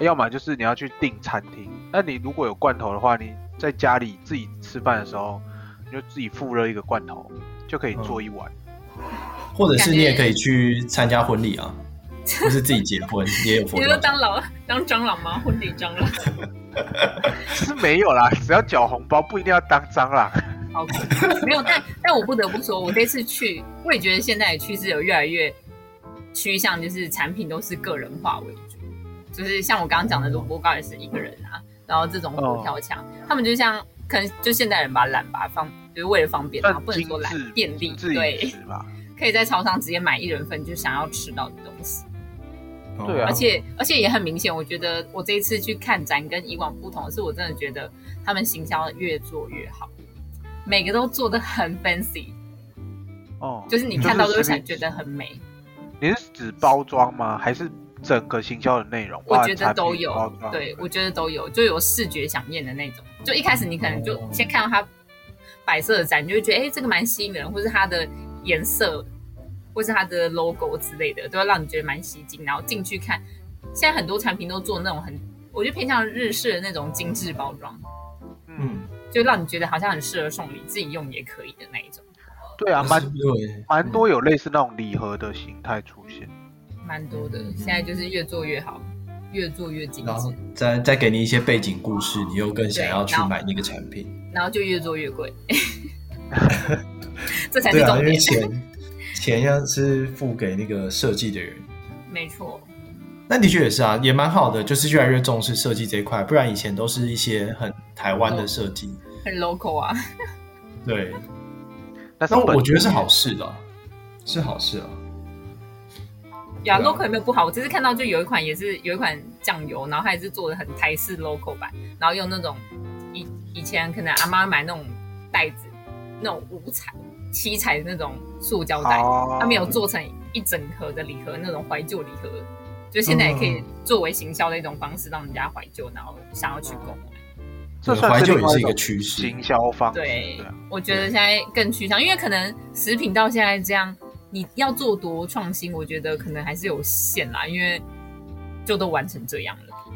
Speaker 3: 哎要么就是你要去订餐厅。那你如果有罐头的话，你在家里自己吃饭的时候，你就自己复热一个罐头，就可以做一碗。
Speaker 1: 或者是你也可以去参加婚礼 啊，或是自己结婚也有佛
Speaker 2: 你
Speaker 1: 跳墙。
Speaker 2: 说当老当蟑螂吗？婚礼蟑螂，
Speaker 3: 是没有 啦，只要缴红包不一定要当蟑螂。
Speaker 2: 好恐 怖。没有，但但我不得不说，我这次去，我也觉得现在的趋势有越来越趋向，就是产品都是个人化为主，就是像我刚刚讲的萝卜糕也是一个人啊，然后这种
Speaker 3: 哦
Speaker 2: 佛跳墙，他们就像可能就现代人吧，懒吧，方就是为了方便啊，
Speaker 3: 算
Speaker 2: 不能
Speaker 3: 精
Speaker 2: 说
Speaker 3: 致
Speaker 2: 懒，便利，
Speaker 3: 自己
Speaker 2: 对，
Speaker 3: 吃吧。
Speaker 2: 可以在超商直接买一人份就想要吃到的东西，
Speaker 1: 哦
Speaker 3: 对啊
Speaker 2: 而且而且也很明显，我觉得我这一次去看展跟以往不同的是，我真的觉得他们行销越做越好，每个都做的很 fancy，
Speaker 3: 哦，
Speaker 2: 就是你看到都会
Speaker 3: 就是
Speaker 2: 想
Speaker 3: 随便
Speaker 2: 觉得很美，
Speaker 3: 你是指包装吗？还是整个行销的内容？
Speaker 2: 我
Speaker 3: 包含
Speaker 2: 觉得
Speaker 3: 产品
Speaker 2: 都有
Speaker 3: 包装，
Speaker 2: 对我觉得都有，就有视觉响艳的那种。就一开始你可能就先看到它白色的展，你就会觉得哎、诶这个蛮吸引人，或是它的颜色，或是它的 logo 之类的，都会让你觉得蛮吸睛。然后进去看，现在很多产品都做那种很我觉得偏向日式的那种精致包装，
Speaker 3: 嗯，
Speaker 1: 嗯，
Speaker 2: 就让你觉得好像很适合送礼，自己用也可以的那一种，
Speaker 3: 对啊，蛮
Speaker 1: 对，
Speaker 3: 蛮多有类似那种礼盒的形态出现。
Speaker 2: 蛮多的。
Speaker 1: 嗯
Speaker 2: 现在就是越做越好，越做越精
Speaker 1: 然后
Speaker 2: 致，
Speaker 1: 再再给你一些背景故事，你又更想要去
Speaker 2: 对然后
Speaker 1: 买那个产品。
Speaker 2: 然后就越做 越贵，这才是
Speaker 1: 对啊，
Speaker 2: 重
Speaker 1: 因为
Speaker 2: 点。
Speaker 1: 钱钱要是付给那个设计的人，
Speaker 2: 没错，
Speaker 1: 那的确也是啊，也蛮好的，就是越来越重视设计这一块，不然以前都是一些很台湾的设计。
Speaker 2: 很 local 啊。
Speaker 1: 对，
Speaker 3: 但是
Speaker 1: 那我
Speaker 3: 本
Speaker 1: 我觉得是好事啦，是好事啊。
Speaker 2: 呀、
Speaker 1: 对
Speaker 2: l
Speaker 1: 啊
Speaker 2: o c a l 有没有不好？我这次看到就有一款也是有一款酱油，然后它也是做的很台式 local 版，然后用那种以以前可能阿妈买那种袋子，那种五彩、七彩的那种塑胶袋，
Speaker 3: 哦
Speaker 2: 它没有做成一整盒的礼盒，那种怀旧礼盒，就现在也可以作为行销的一种方式，让人家怀旧，然后想要去购买。
Speaker 3: 这
Speaker 1: 对
Speaker 3: 算
Speaker 1: 怀旧
Speaker 3: 另
Speaker 1: 也
Speaker 3: 外
Speaker 1: 是一
Speaker 3: 种
Speaker 1: 个趋势
Speaker 3: 行销方式，
Speaker 2: 对，
Speaker 3: 啊
Speaker 2: 我觉得现在更趋向，因为可能食品到现在这样，你要做多创新，我觉得可能还是有限啦，因为就都玩成这样了。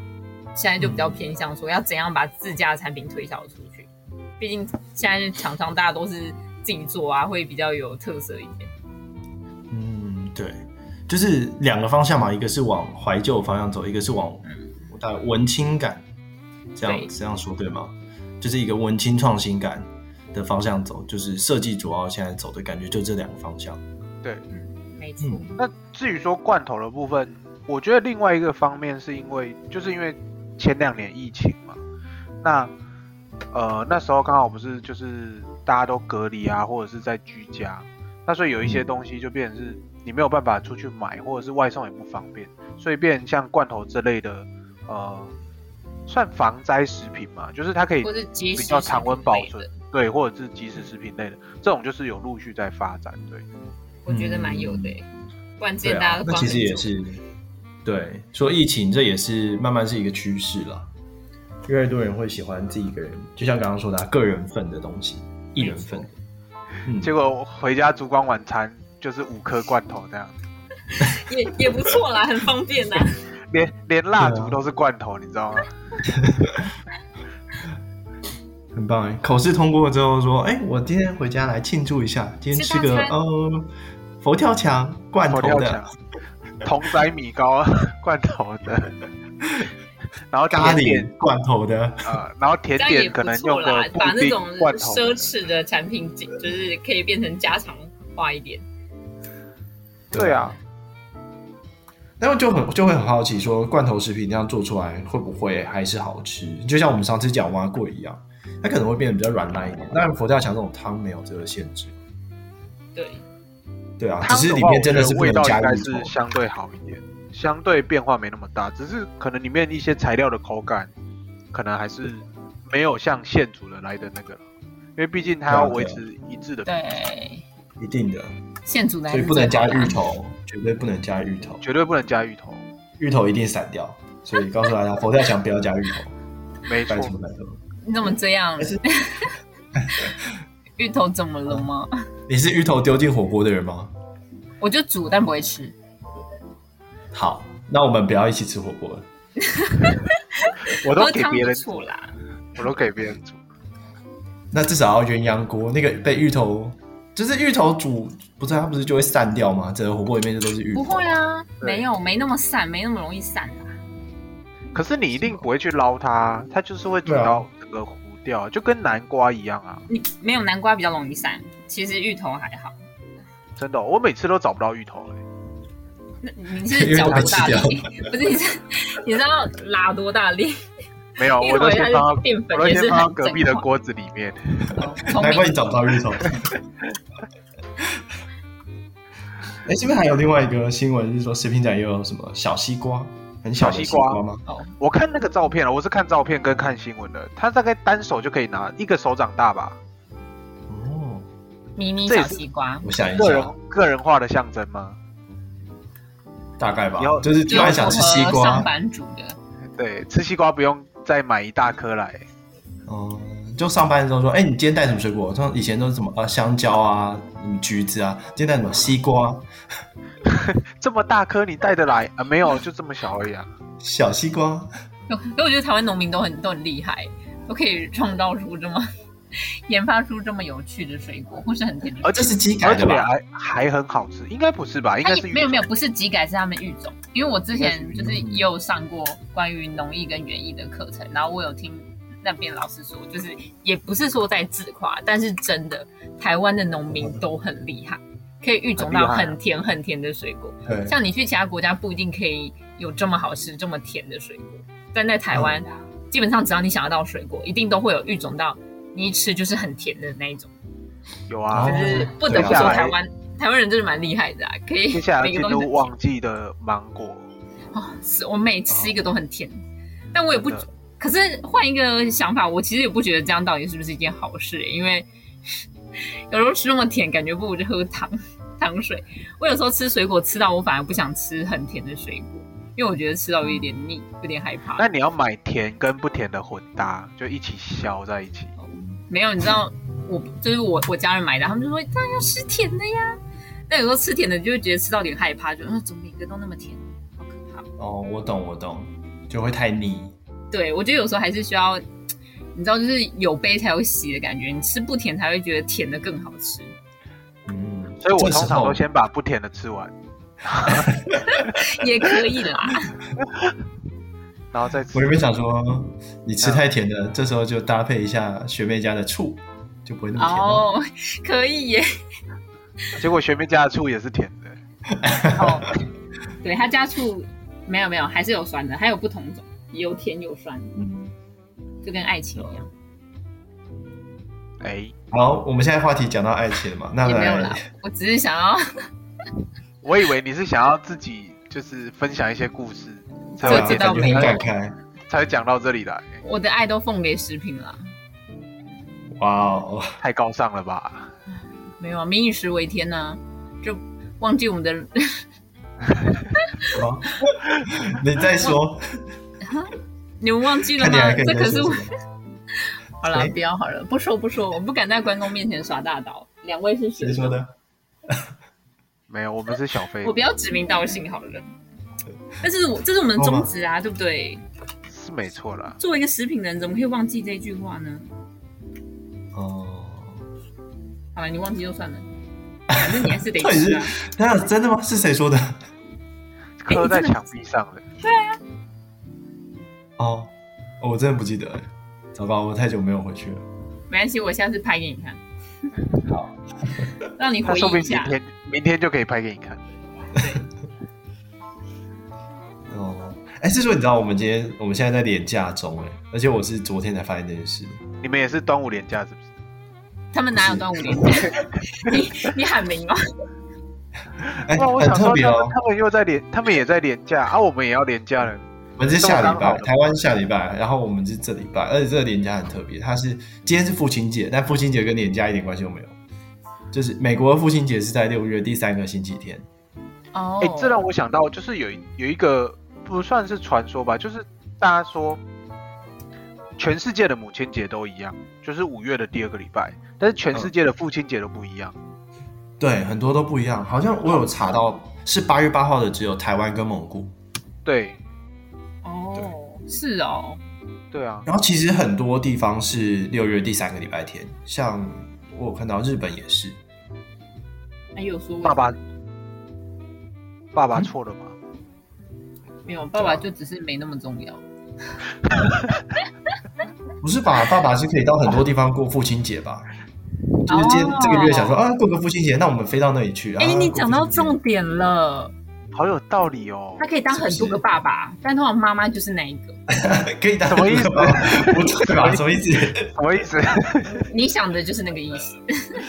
Speaker 2: 现在就比较偏向说要怎样把自家的产品推销出去，毕竟现在厂商大家都是自己做啊，会比较有特色一点。
Speaker 1: 嗯，对，就是两个方向嘛，一个是往怀旧方向走，一个是往
Speaker 2: 嗯
Speaker 1: 大概文青感，这
Speaker 2: 对
Speaker 1: 样这样说对吗？就是一个文青创新感的方向走，就是设计主要现在走的感觉就这两个方向。
Speaker 3: 对。
Speaker 2: 没错，
Speaker 1: 嗯
Speaker 3: 那至于说罐头的部分，我觉得另外一个方面是因为，就是因为前两年疫情嘛，那呃那时候刚好不是就是大家都隔离啊，或者是在居家，那所以有一些东西就变成是你没有办法出去买，或者是外送也不方便，所以变成像罐头这类的呃算防灾食品嘛，就是它可以
Speaker 2: 或是即时
Speaker 3: 比较常温保
Speaker 2: 食品类
Speaker 3: 存
Speaker 2: 的，
Speaker 3: 对，或者是即时食品类的，这种就是有陆续在发展，对。
Speaker 2: 我觉得蛮有的、欸。不然
Speaker 1: 嗯
Speaker 2: 之
Speaker 1: 对
Speaker 2: 前大家
Speaker 1: 啊
Speaker 2: 都，
Speaker 1: 那
Speaker 2: 光
Speaker 1: 其实
Speaker 2: 很
Speaker 1: 也
Speaker 2: 久
Speaker 1: 是，对，说疫情这也是慢慢是一个趋势啦，越来越多人会喜欢自己一个人，就像刚刚说的、啊，个人份的东西，一人份的。嗯，
Speaker 3: 结果我回家烛光晚餐就是五颗罐头这样，
Speaker 2: 也也不错啦，很方便啊啦。
Speaker 3: 连连蜡烛
Speaker 1: 对啊
Speaker 3: 都是罐头，你知道吗？
Speaker 1: 很棒哎！口试通过之后说，哎，我今天回家来庆祝一下，今天
Speaker 2: 吃
Speaker 1: 吃个
Speaker 2: 大餐
Speaker 1: 呃佛跳墙啊罐
Speaker 3: 佛
Speaker 1: 头
Speaker 3: 跳
Speaker 1: 的
Speaker 3: 墙、同仔米糕罐头 的，然后
Speaker 1: 咖
Speaker 3: 甜
Speaker 1: 喱
Speaker 3: 点
Speaker 1: 罐头的，
Speaker 3: 啊、然后甜
Speaker 2: 这样也
Speaker 3: 点
Speaker 2: 不
Speaker 3: 可能
Speaker 2: 错
Speaker 3: 用
Speaker 2: 啦
Speaker 3: 的，布
Speaker 2: 把那
Speaker 3: 丁
Speaker 2: 种
Speaker 3: 罐头
Speaker 2: 奢侈的产品，就是可以变成家常化一点。
Speaker 3: 对啊，
Speaker 1: 那么就很就会很好奇说，罐头食品这样做出来会不会还是好吃？就像我们上次讲蛙桂一样，它可能会变得比较软烂一点。当然，佛跳墙这种汤没有这个限制，
Speaker 2: 对，
Speaker 1: 对啊，只
Speaker 3: 汤
Speaker 1: 是
Speaker 3: 的
Speaker 1: 里
Speaker 3: 话
Speaker 1: 面真的
Speaker 3: 我
Speaker 1: 是
Speaker 3: 觉得
Speaker 1: 不
Speaker 3: 味
Speaker 1: 能
Speaker 3: 道
Speaker 1: 加
Speaker 3: 应该
Speaker 1: 芋
Speaker 3: 是
Speaker 1: 头。
Speaker 3: 相对好一点，相对变化没那么大，只是可能里面一些材料的口感，可能还是没有像现煮的来的那个了，因为毕竟它
Speaker 1: 对
Speaker 3: 要
Speaker 1: 啊
Speaker 3: 维
Speaker 1: 对啊
Speaker 3: 持一致的
Speaker 2: 对，
Speaker 1: 一定的，
Speaker 2: 现煮的还
Speaker 1: 所以
Speaker 2: 是
Speaker 1: 不能加
Speaker 2: 最好
Speaker 1: 芋
Speaker 2: 啦。
Speaker 1: 头，绝对不能加芋头，
Speaker 3: 绝对不能加芋头，
Speaker 1: 芋头一定散掉。所以告诉大家，佛跳墙不要加芋头，
Speaker 3: 没错
Speaker 1: 拜。托拜托。
Speaker 2: 你怎么这样
Speaker 1: 还是？
Speaker 2: 芋头怎么了吗？
Speaker 1: 你是芋头丢进火锅的人吗？
Speaker 2: 我就煮，但不会吃。
Speaker 1: 好，那我们不要一起吃火锅了。
Speaker 3: 我都
Speaker 2: 喝
Speaker 3: 给
Speaker 2: 汤
Speaker 3: 别
Speaker 2: 不
Speaker 3: 人煮，
Speaker 2: 错啦，
Speaker 3: 我都给别人煮。
Speaker 1: 那至少要鸳鸯锅，那个被芋头，就是芋头煮，不是它不是就会散掉吗？整个火锅里面就都是芋 头。
Speaker 2: 不会，啊，
Speaker 3: 对
Speaker 2: 没有，没那么散，没那么容易散啊啦。
Speaker 3: 可是你一定不会去捞它，它就是会煮
Speaker 1: 对啊
Speaker 3: 到整个糊掉，就跟南瓜一样啊！
Speaker 2: 你没有南瓜比较容易散，其实芋头还好。
Speaker 3: 真的哦、我每次都找不到芋头、欸，
Speaker 2: 那你是脚多大
Speaker 1: 因为它
Speaker 2: 力？ 不是你是你知道拉多大力？
Speaker 3: 没有，
Speaker 2: 因
Speaker 3: 哦我
Speaker 2: 为
Speaker 3: 都
Speaker 2: 我觉
Speaker 3: 先
Speaker 2: 得
Speaker 3: 放
Speaker 2: 它
Speaker 3: 到
Speaker 2: 是，淀粉
Speaker 3: 我都
Speaker 2: 也
Speaker 3: 先
Speaker 2: 是
Speaker 3: 放到
Speaker 2: 很
Speaker 3: 隔壁的锅子里面。
Speaker 2: 聪
Speaker 1: 难
Speaker 2: 明
Speaker 1: 怪你找不到芋头。哎，是不是还有另外一个新闻是说食品展又有什么小西瓜，很小的
Speaker 3: 小西瓜
Speaker 1: 吗？
Speaker 2: 哦，
Speaker 3: 我看那个照片了，我是看照片跟看新闻的，它大概单手就可以拿一个手掌大吧，
Speaker 1: 哦，
Speaker 2: 迷你
Speaker 3: 这也
Speaker 2: 小
Speaker 3: 是
Speaker 2: 西瓜，
Speaker 1: 我想一
Speaker 3: 个
Speaker 1: 下，
Speaker 3: 人个人化的象征吗？
Speaker 1: 大概吧
Speaker 3: 你要，
Speaker 1: 就是突然想吃西
Speaker 2: 就符合上
Speaker 1: 瓜，
Speaker 2: 班族的，
Speaker 3: 对，吃西瓜不用再买一大颗来，
Speaker 1: 嗯，就上班的时候说，哎，你今天带什么水果？像以前都是什么呃香蕉啊，什么橘子啊，今天带什么西瓜，
Speaker 3: 这么大颗你带得来啊？没有，就这么小而已啊。
Speaker 1: 小西瓜。
Speaker 2: 可我觉得台湾农民都很都很厉害，都可以创造出这么 研发出这么有趣的水果，或是很甜的水果。
Speaker 1: 而这是机改
Speaker 3: 而
Speaker 1: 的
Speaker 3: 且
Speaker 1: 吧？
Speaker 3: 还还很好吃，应该不是吧？应
Speaker 2: 它
Speaker 3: 该
Speaker 2: 啊也
Speaker 3: 是
Speaker 2: 没有没有，
Speaker 3: 芋
Speaker 2: 不是机改，是他们育种。因为我之前就是
Speaker 1: 嗯
Speaker 2: 也有上过关于农艺跟园艺的课程，然后我有听那边老师说，就是也不是说在自夸，但是真的台湾的农民都很厉 害，可以育种到
Speaker 3: 很厉害啊
Speaker 2: 很甜很甜的水果。
Speaker 1: 对，
Speaker 2: 像你去其他国家不一定可以有这么好吃、这么甜的水果，但在台湾，
Speaker 3: 嗯
Speaker 2: 基本上只要你想得到水果，一定都会有育种到你一吃就是很甜的那一种。
Speaker 3: 头有啊
Speaker 1: 哦
Speaker 2: 就。是不得不
Speaker 3: 接下
Speaker 2: 说
Speaker 3: 来
Speaker 2: 台湾台湾人真的蛮厉害的、啊，可以
Speaker 3: 接下来
Speaker 2: 每
Speaker 3: 进
Speaker 2: 个都
Speaker 3: 入
Speaker 2: 是
Speaker 3: 旺季的芒 果，
Speaker 2: 哦，是我每吃一个都很甜，但我也不
Speaker 3: 哦真的，
Speaker 2: 可是换一个想法，我其实也不觉得这样到底是不是一件好事、欸因为 有时候吃那么甜，感觉不如就喝糖糖水。我有时候吃水果吃到我反而不想吃很甜的水果，因为我觉得吃到有一点腻，有点害怕。
Speaker 3: 那你要买甜跟不甜的混搭，就一起削在一起。
Speaker 2: 哦没有，你知道我就是我我家人买的，他们就说当然要吃甜的呀。那有时候吃甜的就会觉得吃到有点害怕，就嗯，怎么每个都那么甜，好可怕。
Speaker 1: 哦，
Speaker 2: 嗯
Speaker 1: 我懂我懂，就会太腻。
Speaker 2: 对，我觉得有时候还是需要，你知道，就是有悲才有喜的感觉。你吃不甜才会觉得甜的更好吃。
Speaker 1: 嗯，
Speaker 3: 所以我
Speaker 1: 这
Speaker 3: 通
Speaker 1: 时
Speaker 3: 常
Speaker 1: 候
Speaker 3: 都先把不甜的吃完，
Speaker 2: 也可以啦。
Speaker 3: 然后再吃
Speaker 1: 我原本想说，你
Speaker 2: 嗯
Speaker 1: 吃太甜的，这时候就搭配一下学妹家的醋，就不会 那么甜了。
Speaker 2: 哦， 可以耶。
Speaker 3: 结果学妹家的醋也是甜的，
Speaker 2: 哦，对，他家醋没有没有，还是有酸的，还有不同种，有甜有酸，
Speaker 1: 嗯，
Speaker 2: 就跟爱情一样。
Speaker 3: 哎，
Speaker 1: 好，我们现在话题讲到爱情了嘛，那
Speaker 2: 也没有啦
Speaker 1: 来，
Speaker 2: 我只是想要
Speaker 3: 我以为你是想要自己就是分享一些故事，才
Speaker 1: 对
Speaker 3: 会
Speaker 1: 啊，
Speaker 2: 知道
Speaker 1: 感觉很
Speaker 2: 没有
Speaker 1: 感慨。
Speaker 3: 才会讲到这里来，哎
Speaker 2: 我的爱都奉给食品啦。
Speaker 1: 哇哦，
Speaker 3: 太高尚了吧？
Speaker 2: 没有啊，民以食为天呐、就忘记我们的
Speaker 1: 什么你再说，
Speaker 2: 你们忘记了
Speaker 1: 看你
Speaker 2: 吗
Speaker 1: 还可？以
Speaker 2: 这
Speaker 1: 再
Speaker 2: 可是
Speaker 1: 说
Speaker 2: 我
Speaker 1: 什么？哎
Speaker 2: 好了，
Speaker 1: 谁
Speaker 2: 不要好了，不说不说，我不敢在观众面前耍大刀。两位是
Speaker 1: 谁
Speaker 2: 谁
Speaker 1: 说的？
Speaker 3: 没有，我们是小飞
Speaker 2: 我，不要指名道姓好了。但是我这是我们的宗旨啊，对不对？
Speaker 3: 是没错啦。
Speaker 2: 作为一个食品人，怎么可以忘记这句话呢？
Speaker 1: 哦，
Speaker 2: 好了，你忘记就算了，反正你还是 得
Speaker 1: 到底
Speaker 2: 吃
Speaker 1: 是
Speaker 2: 啊。
Speaker 1: 那真的吗？是谁说的？哎
Speaker 3: 刻在墙壁上的，
Speaker 1: 哦，哦我真的不记得了，糟糕，我太久没有回去了。
Speaker 2: 没关系，我下次拍给你 看，
Speaker 1: 好，
Speaker 2: 让你
Speaker 3: 他
Speaker 2: 回
Speaker 3: 说不
Speaker 2: 忆一
Speaker 3: 定明
Speaker 2: 下。
Speaker 3: 天明天就可以拍给你看。
Speaker 1: 哦，哎，是说你知道我们今天我们现在在廉价中哎，而且我是昨天才发现这件事。
Speaker 3: 你们也是端午连假是不是？
Speaker 2: 他们哪有端午连 假？你你喊名哦，
Speaker 1: 哎，
Speaker 3: 哇，我
Speaker 1: 很
Speaker 3: 想
Speaker 1: 特
Speaker 3: 说
Speaker 1: 别
Speaker 3: 他
Speaker 1: 哦
Speaker 3: 们，他们又在连，他们也在连假啊，我们也要连假了。
Speaker 1: 我们是下
Speaker 3: 这么
Speaker 1: 礼
Speaker 3: 刚好
Speaker 1: 拜，台湾下礼拜，然后我们是这礼拜，而且这个年假很特别，它是今天是父亲节，但父亲节跟年假一点关系都没有。就是美国的父亲节是在六月第三个星期天，
Speaker 2: 哦
Speaker 3: 哎、这让我想到，就是有一有一个不算是传说吧，就是大家说，全世界的母亲节都一样，就是五月的第二个礼拜，但是全
Speaker 1: 嗯
Speaker 3: 世界的父亲节都不一样。
Speaker 1: 对，很多都不一样。好像我有查到是八月八号的只有台湾跟蒙古，
Speaker 3: 对，
Speaker 2: 哦，是哦，
Speaker 3: 对啊，
Speaker 1: 然后其实很多地方是六月第三个礼拜天，像我有看到日本也是，
Speaker 2: 哎，有说
Speaker 3: 爸爸，爸
Speaker 1: 嗯
Speaker 3: 爸错了吗？
Speaker 2: 没有？
Speaker 3: 啊
Speaker 2: 爸爸就只是没那么重要。
Speaker 1: 不是吧？爸爸是可以到很多地方过父亲节吧？就是今天
Speaker 2: 哦
Speaker 1: 这个月想说啊，过个父亲节，那我们飞到那里去。啊
Speaker 2: 哎、你讲到
Speaker 1: 过父亲节
Speaker 2: 重点了，
Speaker 3: 好有道理哦
Speaker 2: 他。可以当很多个爸爸，但通常妈妈就是那一个。
Speaker 1: 可以打
Speaker 3: 什么意思
Speaker 1: 赌吗 不对吧？什么意思？
Speaker 3: 什么意思？
Speaker 2: 你想的就是那个意思，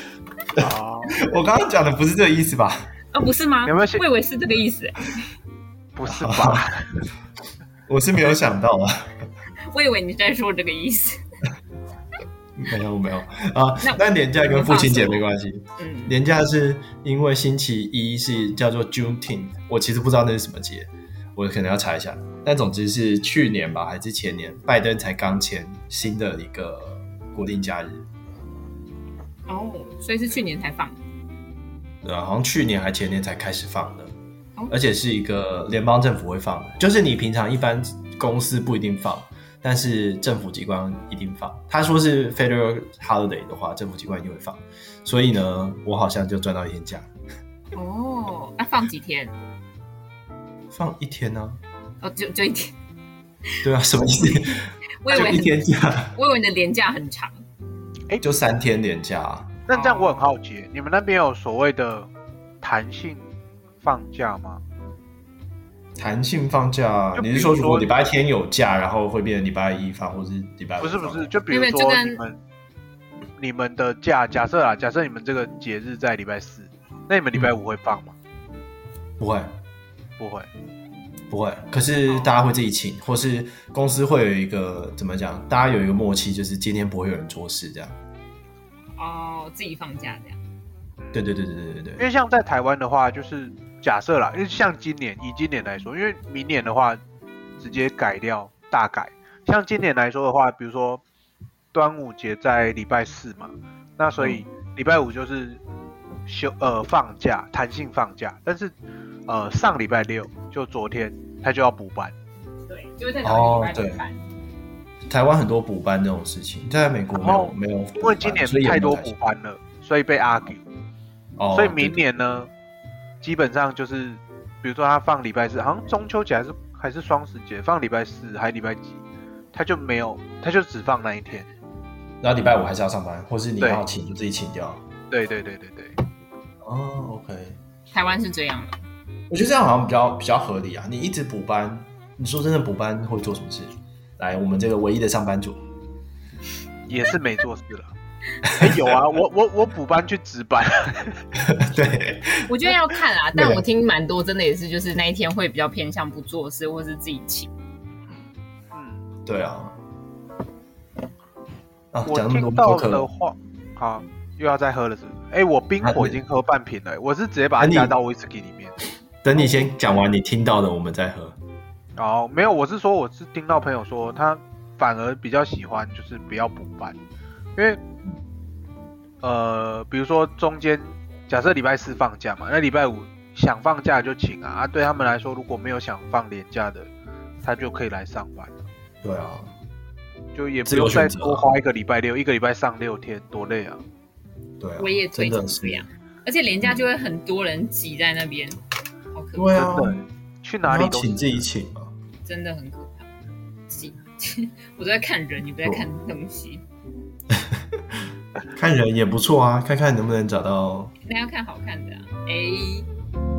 Speaker 3: 哦，
Speaker 1: 我刚刚讲的不是这个意思吧？
Speaker 2: 啊，不是吗？
Speaker 3: 有没有想
Speaker 2: 我以为是这个意思、
Speaker 3: 不 是吧？
Speaker 1: 我是没有想到啊，
Speaker 2: 我以为你在说这个意思。
Speaker 1: 没有没有啊
Speaker 2: 那。
Speaker 1: 但年假跟父亲节没关系，
Speaker 2: 嗯，
Speaker 1: 年假是因为星期一是叫做 Juneteenth，我其实不知道那是什么节，我可能要查一下。但总之是去年吧，还是前年，拜登才刚签新的一个国定假日，
Speaker 2: 哦，所以是去年才放。
Speaker 1: 对啊，好像去年还前年才开始放的
Speaker 2: 哦，
Speaker 1: 而且是一个联邦政府会放的，就是你平常一般公司不一定放，但是政府机关一定放。他说是 federal holiday 的话，政府机关一定会放。所以呢，我好像就赚到一天假，
Speaker 2: 哦，啊，放几天？
Speaker 1: 放一天呢、
Speaker 2: 哦，就就一天。
Speaker 1: 对啊，什么意思？
Speaker 2: 我以
Speaker 1: 就
Speaker 2: 为
Speaker 1: 一
Speaker 2: 很
Speaker 1: 天假，
Speaker 2: 我以为你的年假很长，
Speaker 1: 就三天连假啊、
Speaker 3: 那这样我很好奇，你们那边有所谓的弹性放假吗？
Speaker 1: 弹性放假，
Speaker 3: 就比
Speaker 1: 你
Speaker 3: 如
Speaker 1: 是说如果
Speaker 3: 说
Speaker 1: 礼拜天有假，然后会变成礼拜一放，或是礼拜五
Speaker 3: 不是不
Speaker 1: 放
Speaker 3: 是，就比如
Speaker 2: 没有就
Speaker 3: 说
Speaker 2: 跟
Speaker 3: 你们你们的假，假设啊，假设你们这个节日在礼拜四，那你们礼拜五会放吗？
Speaker 1: 不会
Speaker 3: 不会。
Speaker 1: 不
Speaker 3: 哦
Speaker 1: 会。可是大家会自己请，或是公司会有一个怎么讲？大家有一个默契，就是今天不会有人做事这样。
Speaker 2: 哦，自己放假这样。
Speaker 1: 对对对对对对
Speaker 3: 因
Speaker 1: 对，
Speaker 3: 为像在台湾的话，就是假设啦，因为像今年以今年来说，因为明年的话直接改掉大改。像今年来说的话，比如说端午节在礼拜四嘛，那所以礼拜五就是休呃放假，弹性放假。但是呃上礼拜六就昨天他就要补班，
Speaker 2: 对，就是在
Speaker 1: 哦
Speaker 2: 找礼拜
Speaker 1: 对
Speaker 2: 六班。
Speaker 1: 台湾很多补班这种事情，在美国没
Speaker 3: 然
Speaker 1: 有
Speaker 3: 后
Speaker 1: 没有补班，
Speaker 3: 嗯哦因为今年
Speaker 1: 啊所以也没
Speaker 3: 太
Speaker 1: 有
Speaker 3: 多
Speaker 1: 弹
Speaker 3: 补
Speaker 1: 性，
Speaker 3: 班了，所以被 argue。
Speaker 1: 哦、
Speaker 3: 所以明年呢，基本上就是，比如说他放礼拜四，好像中秋节还是还是双十节放礼拜四还礼拜几，他就没有，他就只放那一天。
Speaker 1: 对对然后礼拜五还是要上班，或是你
Speaker 3: 对
Speaker 1: 要请就自己请掉。
Speaker 3: 对对对对对，
Speaker 1: 哦，OK，
Speaker 2: 台湾是这样的，
Speaker 1: 我觉得这样好像比较比较合理啊。你一直补班，你说真的补班会做什么事？来，我们这个唯一的上班族，
Speaker 3: 也是没做事了。哎、有啊，我我我补班去值班，
Speaker 1: 对。
Speaker 2: 我觉得要 看啦。
Speaker 1: 对
Speaker 2: 但我听蛮多，真的也是，就是那一天会比较偏向不做事，或是自己请。
Speaker 3: 嗯，
Speaker 1: 对啊，啊，
Speaker 3: 我
Speaker 1: 讲那么多
Speaker 3: 听
Speaker 1: 不
Speaker 3: 到
Speaker 1: 可
Speaker 3: 的话，好，又要再喝了是不是？哎、我冰
Speaker 1: 啊
Speaker 3: 火已经喝半瓶了、我是直接把它加到威士忌里面。
Speaker 1: 等你先讲完你听到的，我们再喝。
Speaker 3: 哦，没有，我是说我是听到朋友说他反而比较喜欢就是不要补班，因为呃，比如说中间假设礼拜四放假嘛，那礼拜五想放假就请啊，啊对他们来说如果没有想放年假的，他就可以来上班，
Speaker 1: 对啊，
Speaker 3: 就也不
Speaker 1: 自由
Speaker 3: 用
Speaker 1: 选
Speaker 3: 再
Speaker 1: 择啊
Speaker 3: 多花一个礼拜六，一个礼拜上六天，多累啊！
Speaker 1: 对啊，
Speaker 2: 我也推
Speaker 1: 真
Speaker 2: 崇
Speaker 1: 的
Speaker 2: 这
Speaker 1: 是
Speaker 2: 样，而且廉价就会很多人挤在那边，好可怕，
Speaker 1: 对啊，
Speaker 3: 真的去哪里
Speaker 1: 你
Speaker 3: 都
Speaker 1: 要
Speaker 3: 是
Speaker 1: 请自己请啊。
Speaker 2: 真的很可怕。挤， 我都在看人，你不在看东西。
Speaker 1: 看人也不错啊，看看能不能找到。
Speaker 2: 那要看好看的、啊，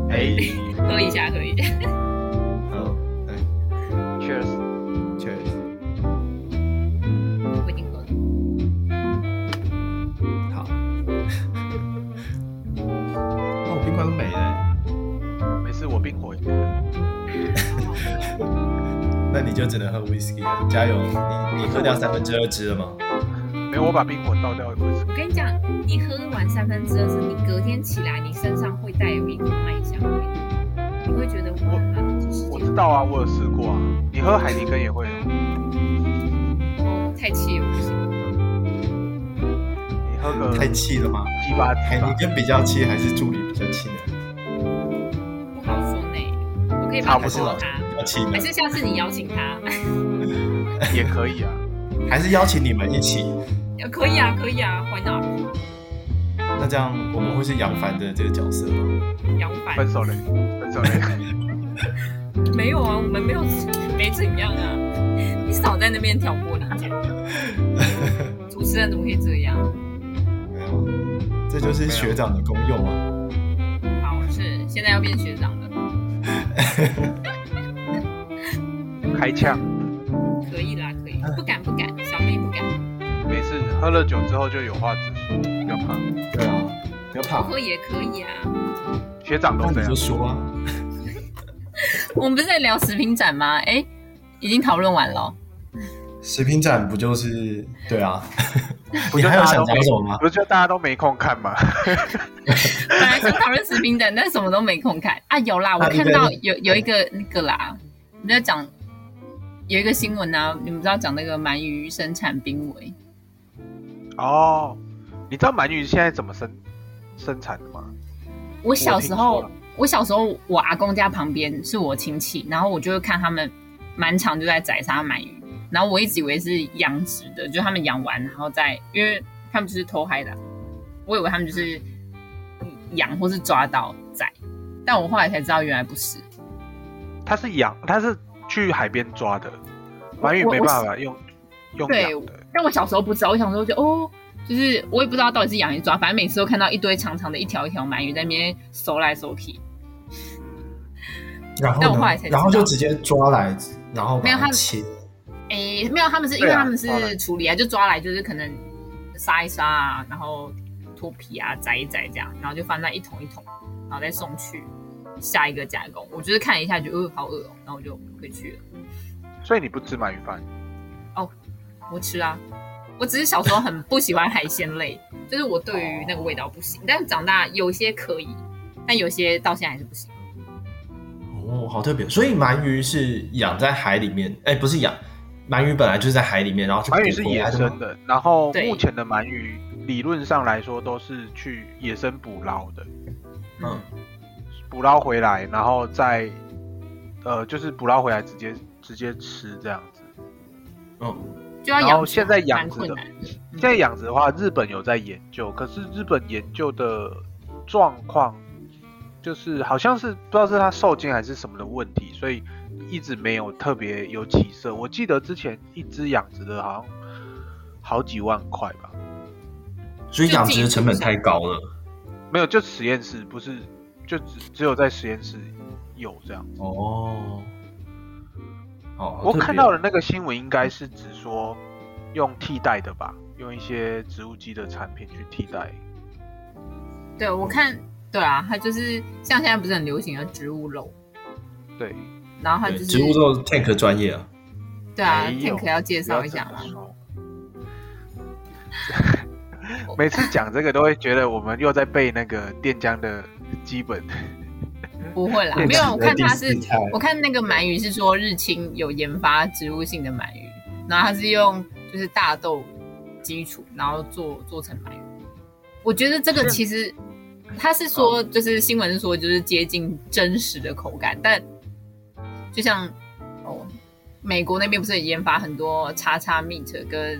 Speaker 2: 哎、
Speaker 1: 哎，
Speaker 2: 喝一下，喝一下。
Speaker 1: 好，哎，
Speaker 3: Cheers，
Speaker 1: 确实。
Speaker 2: 我已经喝了。
Speaker 1: 好。 哦，我宾馆都没了，
Speaker 3: 没事，我冰火也
Speaker 1: 那你就只能喝 whisky 了。加油，你你喝掉三分之二支了吗？
Speaker 3: 没有，我把冰火倒掉一回事。
Speaker 2: 我跟你讲，你喝完三分之二之后，你隔天起来，你身上会带有一股麦香味，你会觉得哇，这世
Speaker 3: 我
Speaker 2: 界
Speaker 3: 知道啊，我有试过啊，你喝海尼根也会有。
Speaker 2: 哦太气了，不行。
Speaker 3: 你喝个
Speaker 1: 太气了吗？
Speaker 3: 鸡巴
Speaker 1: 哎，
Speaker 3: 鸡
Speaker 1: 你
Speaker 3: 吧，
Speaker 1: 跟比较气还是助理比较气呢？
Speaker 2: 不好说呢，我可以帮
Speaker 3: 差
Speaker 2: 你
Speaker 3: 不多
Speaker 2: 说
Speaker 1: 了
Speaker 2: 他，
Speaker 1: 比较气呢
Speaker 2: 还？是下次你邀请他，
Speaker 3: 也可以啊。
Speaker 1: 还是邀请你们一起？
Speaker 2: 可以啊，可以啊，Why not？
Speaker 1: 那这样我们会是杨凡的这个角色吗？
Speaker 2: 杨
Speaker 3: 分
Speaker 2: 凡
Speaker 3: 手嘞，分手嘞。
Speaker 2: 没有啊，我们没有没怎样啊，你少在那边挑拨离 间。主持人怎么可以这样？
Speaker 1: 没有，啊这就是学长的功用啊。
Speaker 2: 好，是现在要变学长了，
Speaker 3: 开枪，
Speaker 2: 可以啦，可以，不敢不敢，小妹不敢，
Speaker 3: 没事，喝了酒之后就有话直说，不要怕。
Speaker 1: 对啊，不要
Speaker 2: 不
Speaker 1: 怕，
Speaker 2: 喝也可以啊。
Speaker 3: 学长
Speaker 1: 那
Speaker 3: 都这
Speaker 1: 你
Speaker 3: 样
Speaker 1: 就，说啊。
Speaker 2: 我们不是在聊食品展吗？哎，已经讨论完了哦。
Speaker 1: 食品展不就是对 啊？
Speaker 3: 不
Speaker 1: 你
Speaker 3: 就
Speaker 1: 还有
Speaker 3: 大家
Speaker 1: 想
Speaker 3: 都
Speaker 1: 讲
Speaker 3: 没
Speaker 1: 什么吗？
Speaker 3: 不是就大家都没空看吗？
Speaker 2: 本来想讨论食品展，但什么都没空看啊。有啦，我看到有有一个那个啦，你在讲有一个新闻啊，你们知道讲那个鳗鱼生产濒危，
Speaker 3: 哦，你知道鳗鱼现在怎么生生产的吗？
Speaker 2: 我小时候
Speaker 3: 我听说了，
Speaker 2: 我小时候，我阿公家旁边是我亲戚，然后我就会看他们蛮常就在宰杀鳗鱼，然后我一直以为是养殖的，就他们养完然后再，因为他们就是偷嗨的啊，我以为他们就是
Speaker 3: 嗯
Speaker 2: 养或是抓到宰，但我后来才知道原来不是。
Speaker 3: 它是养，它是去海边抓的，鳗鱼
Speaker 2: 我
Speaker 3: 没
Speaker 2: 我
Speaker 3: 办法用用
Speaker 2: 对
Speaker 3: 养的。
Speaker 2: 但我小时候不知道，我小时候就哦，就是我也不知道到底是养还是抓，反正每次都看到一堆长长的一条一条鳗鱼在那边搜来搜去，
Speaker 1: 然后
Speaker 2: 但我后
Speaker 1: 呢
Speaker 2: 来才知道
Speaker 1: 然后就直接抓来，然后把
Speaker 2: 没有
Speaker 1: 它
Speaker 2: 他
Speaker 1: 切。
Speaker 2: 诶，没有，他们是因为
Speaker 3: 对啊
Speaker 2: 他们
Speaker 3: 抓来
Speaker 2: 是处理啊，就抓来就是可能杀一杀啊，然后脱皮啊，宰一宰这样，然后就放在一桶一桶，然后再送去下一个加工。我就是看了一下，觉得呃好饿哦，然后我就回去了。
Speaker 3: 所以你不吃鳗鱼饭，
Speaker 2: 我吃啊，我只是小时候很不喜欢海鲜类，就是我对于那个味道不行，但长大有些可以，但有些到现在还是不行。
Speaker 1: 哦，好特别。所以鳗鱼是养在海里面，哎，不是养，鳗鱼本来就是在海里面，然后去
Speaker 3: 鳗鱼
Speaker 1: 捕
Speaker 3: 是
Speaker 1: 回来
Speaker 3: 野
Speaker 1: 的
Speaker 3: 生
Speaker 1: 吗。
Speaker 3: 的，然后
Speaker 2: 对
Speaker 3: 目前的鳗鱼理论上来说都是去野生捕捞的，
Speaker 1: 嗯，
Speaker 3: 捕捞回来，然后再呃就是捕捞回来直接直接吃这样子。
Speaker 1: 嗯，
Speaker 2: 就要养
Speaker 3: 然
Speaker 2: 殖啊，
Speaker 3: 后现在养
Speaker 2: 蛮
Speaker 3: 殖
Speaker 2: 困
Speaker 3: 的
Speaker 2: 难的。
Speaker 3: 现在养殖的话，日本有在研究，可是日本研究的状况就是好像是不知道是它受精还是什么的问题，所以一直没有特别有起色。我记得之前一只养殖的好像好几万块吧，
Speaker 1: 所以
Speaker 2: 就
Speaker 1: 养
Speaker 2: 自己
Speaker 1: 殖的成本
Speaker 2: 种
Speaker 1: 太高了。
Speaker 3: 没有就实验室不是就只只有在实验室有这样。
Speaker 1: 哦，好，好
Speaker 3: 我
Speaker 1: 特别哦
Speaker 3: 看到的那个新闻应该是指说用替代的吧，用一些植物基的产品去替代。
Speaker 2: 嗯对，我看，对啊，它就是像现在不是很流行的植物肉，
Speaker 3: 对，
Speaker 2: 然后它
Speaker 1: 对
Speaker 2: 就是
Speaker 1: 植物肉 tank 专业啊。
Speaker 2: 对啊
Speaker 3: 没哎有
Speaker 2: ，Tank 要介绍一下
Speaker 3: 不要
Speaker 2: 嘛
Speaker 3: 这。么 说每次讲这个都会觉得我们又在背那个电浆的基本，
Speaker 2: 不会啦，
Speaker 1: 电
Speaker 2: 没有，
Speaker 1: 子
Speaker 2: 我
Speaker 1: 的
Speaker 2: 看它
Speaker 1: 第
Speaker 2: 是
Speaker 1: 四代，
Speaker 2: 我看那个鳗鱼是说日清有研发植物性的鳗鱼，然后它是用就是大豆基础，然后做做成鳗鱼。我觉得这个
Speaker 3: 是哦
Speaker 2: 其实它是说，就是新闻是说就是接近真实的口感，但就像哦，美国那边不是也研发很多叉叉 meat 跟，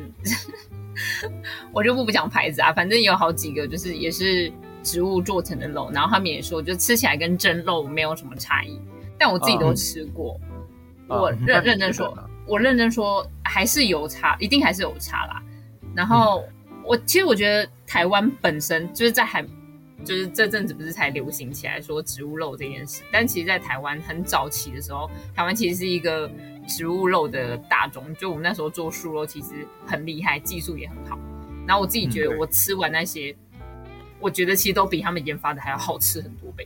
Speaker 2: 我就不不讲牌子啊，反正有好几个就是也是植物做成的肉，然后他们也说就吃起来跟真肉没有什么差异，但我自己都吃过，
Speaker 3: 嗯
Speaker 2: 我
Speaker 3: 嗯
Speaker 1: 那
Speaker 2: 认
Speaker 3: 你
Speaker 2: 认真
Speaker 3: 觉得
Speaker 2: 说
Speaker 3: 呢，
Speaker 2: 我认真说还是有差，一定还是有差啦。然后、我其实我觉得台湾本身就是在海，就是这阵子不是才流行起来说植物肉这件事，但其实，在台湾很早期的时候，台湾其实是一个植物肉的大宗，就我们那时候做素肉其实很厉害，技术也很好。然后我自己觉
Speaker 3: 嗯
Speaker 2: 得
Speaker 3: 对
Speaker 2: 我吃完那些，我觉得其实都比他们研发的还要好吃很多倍。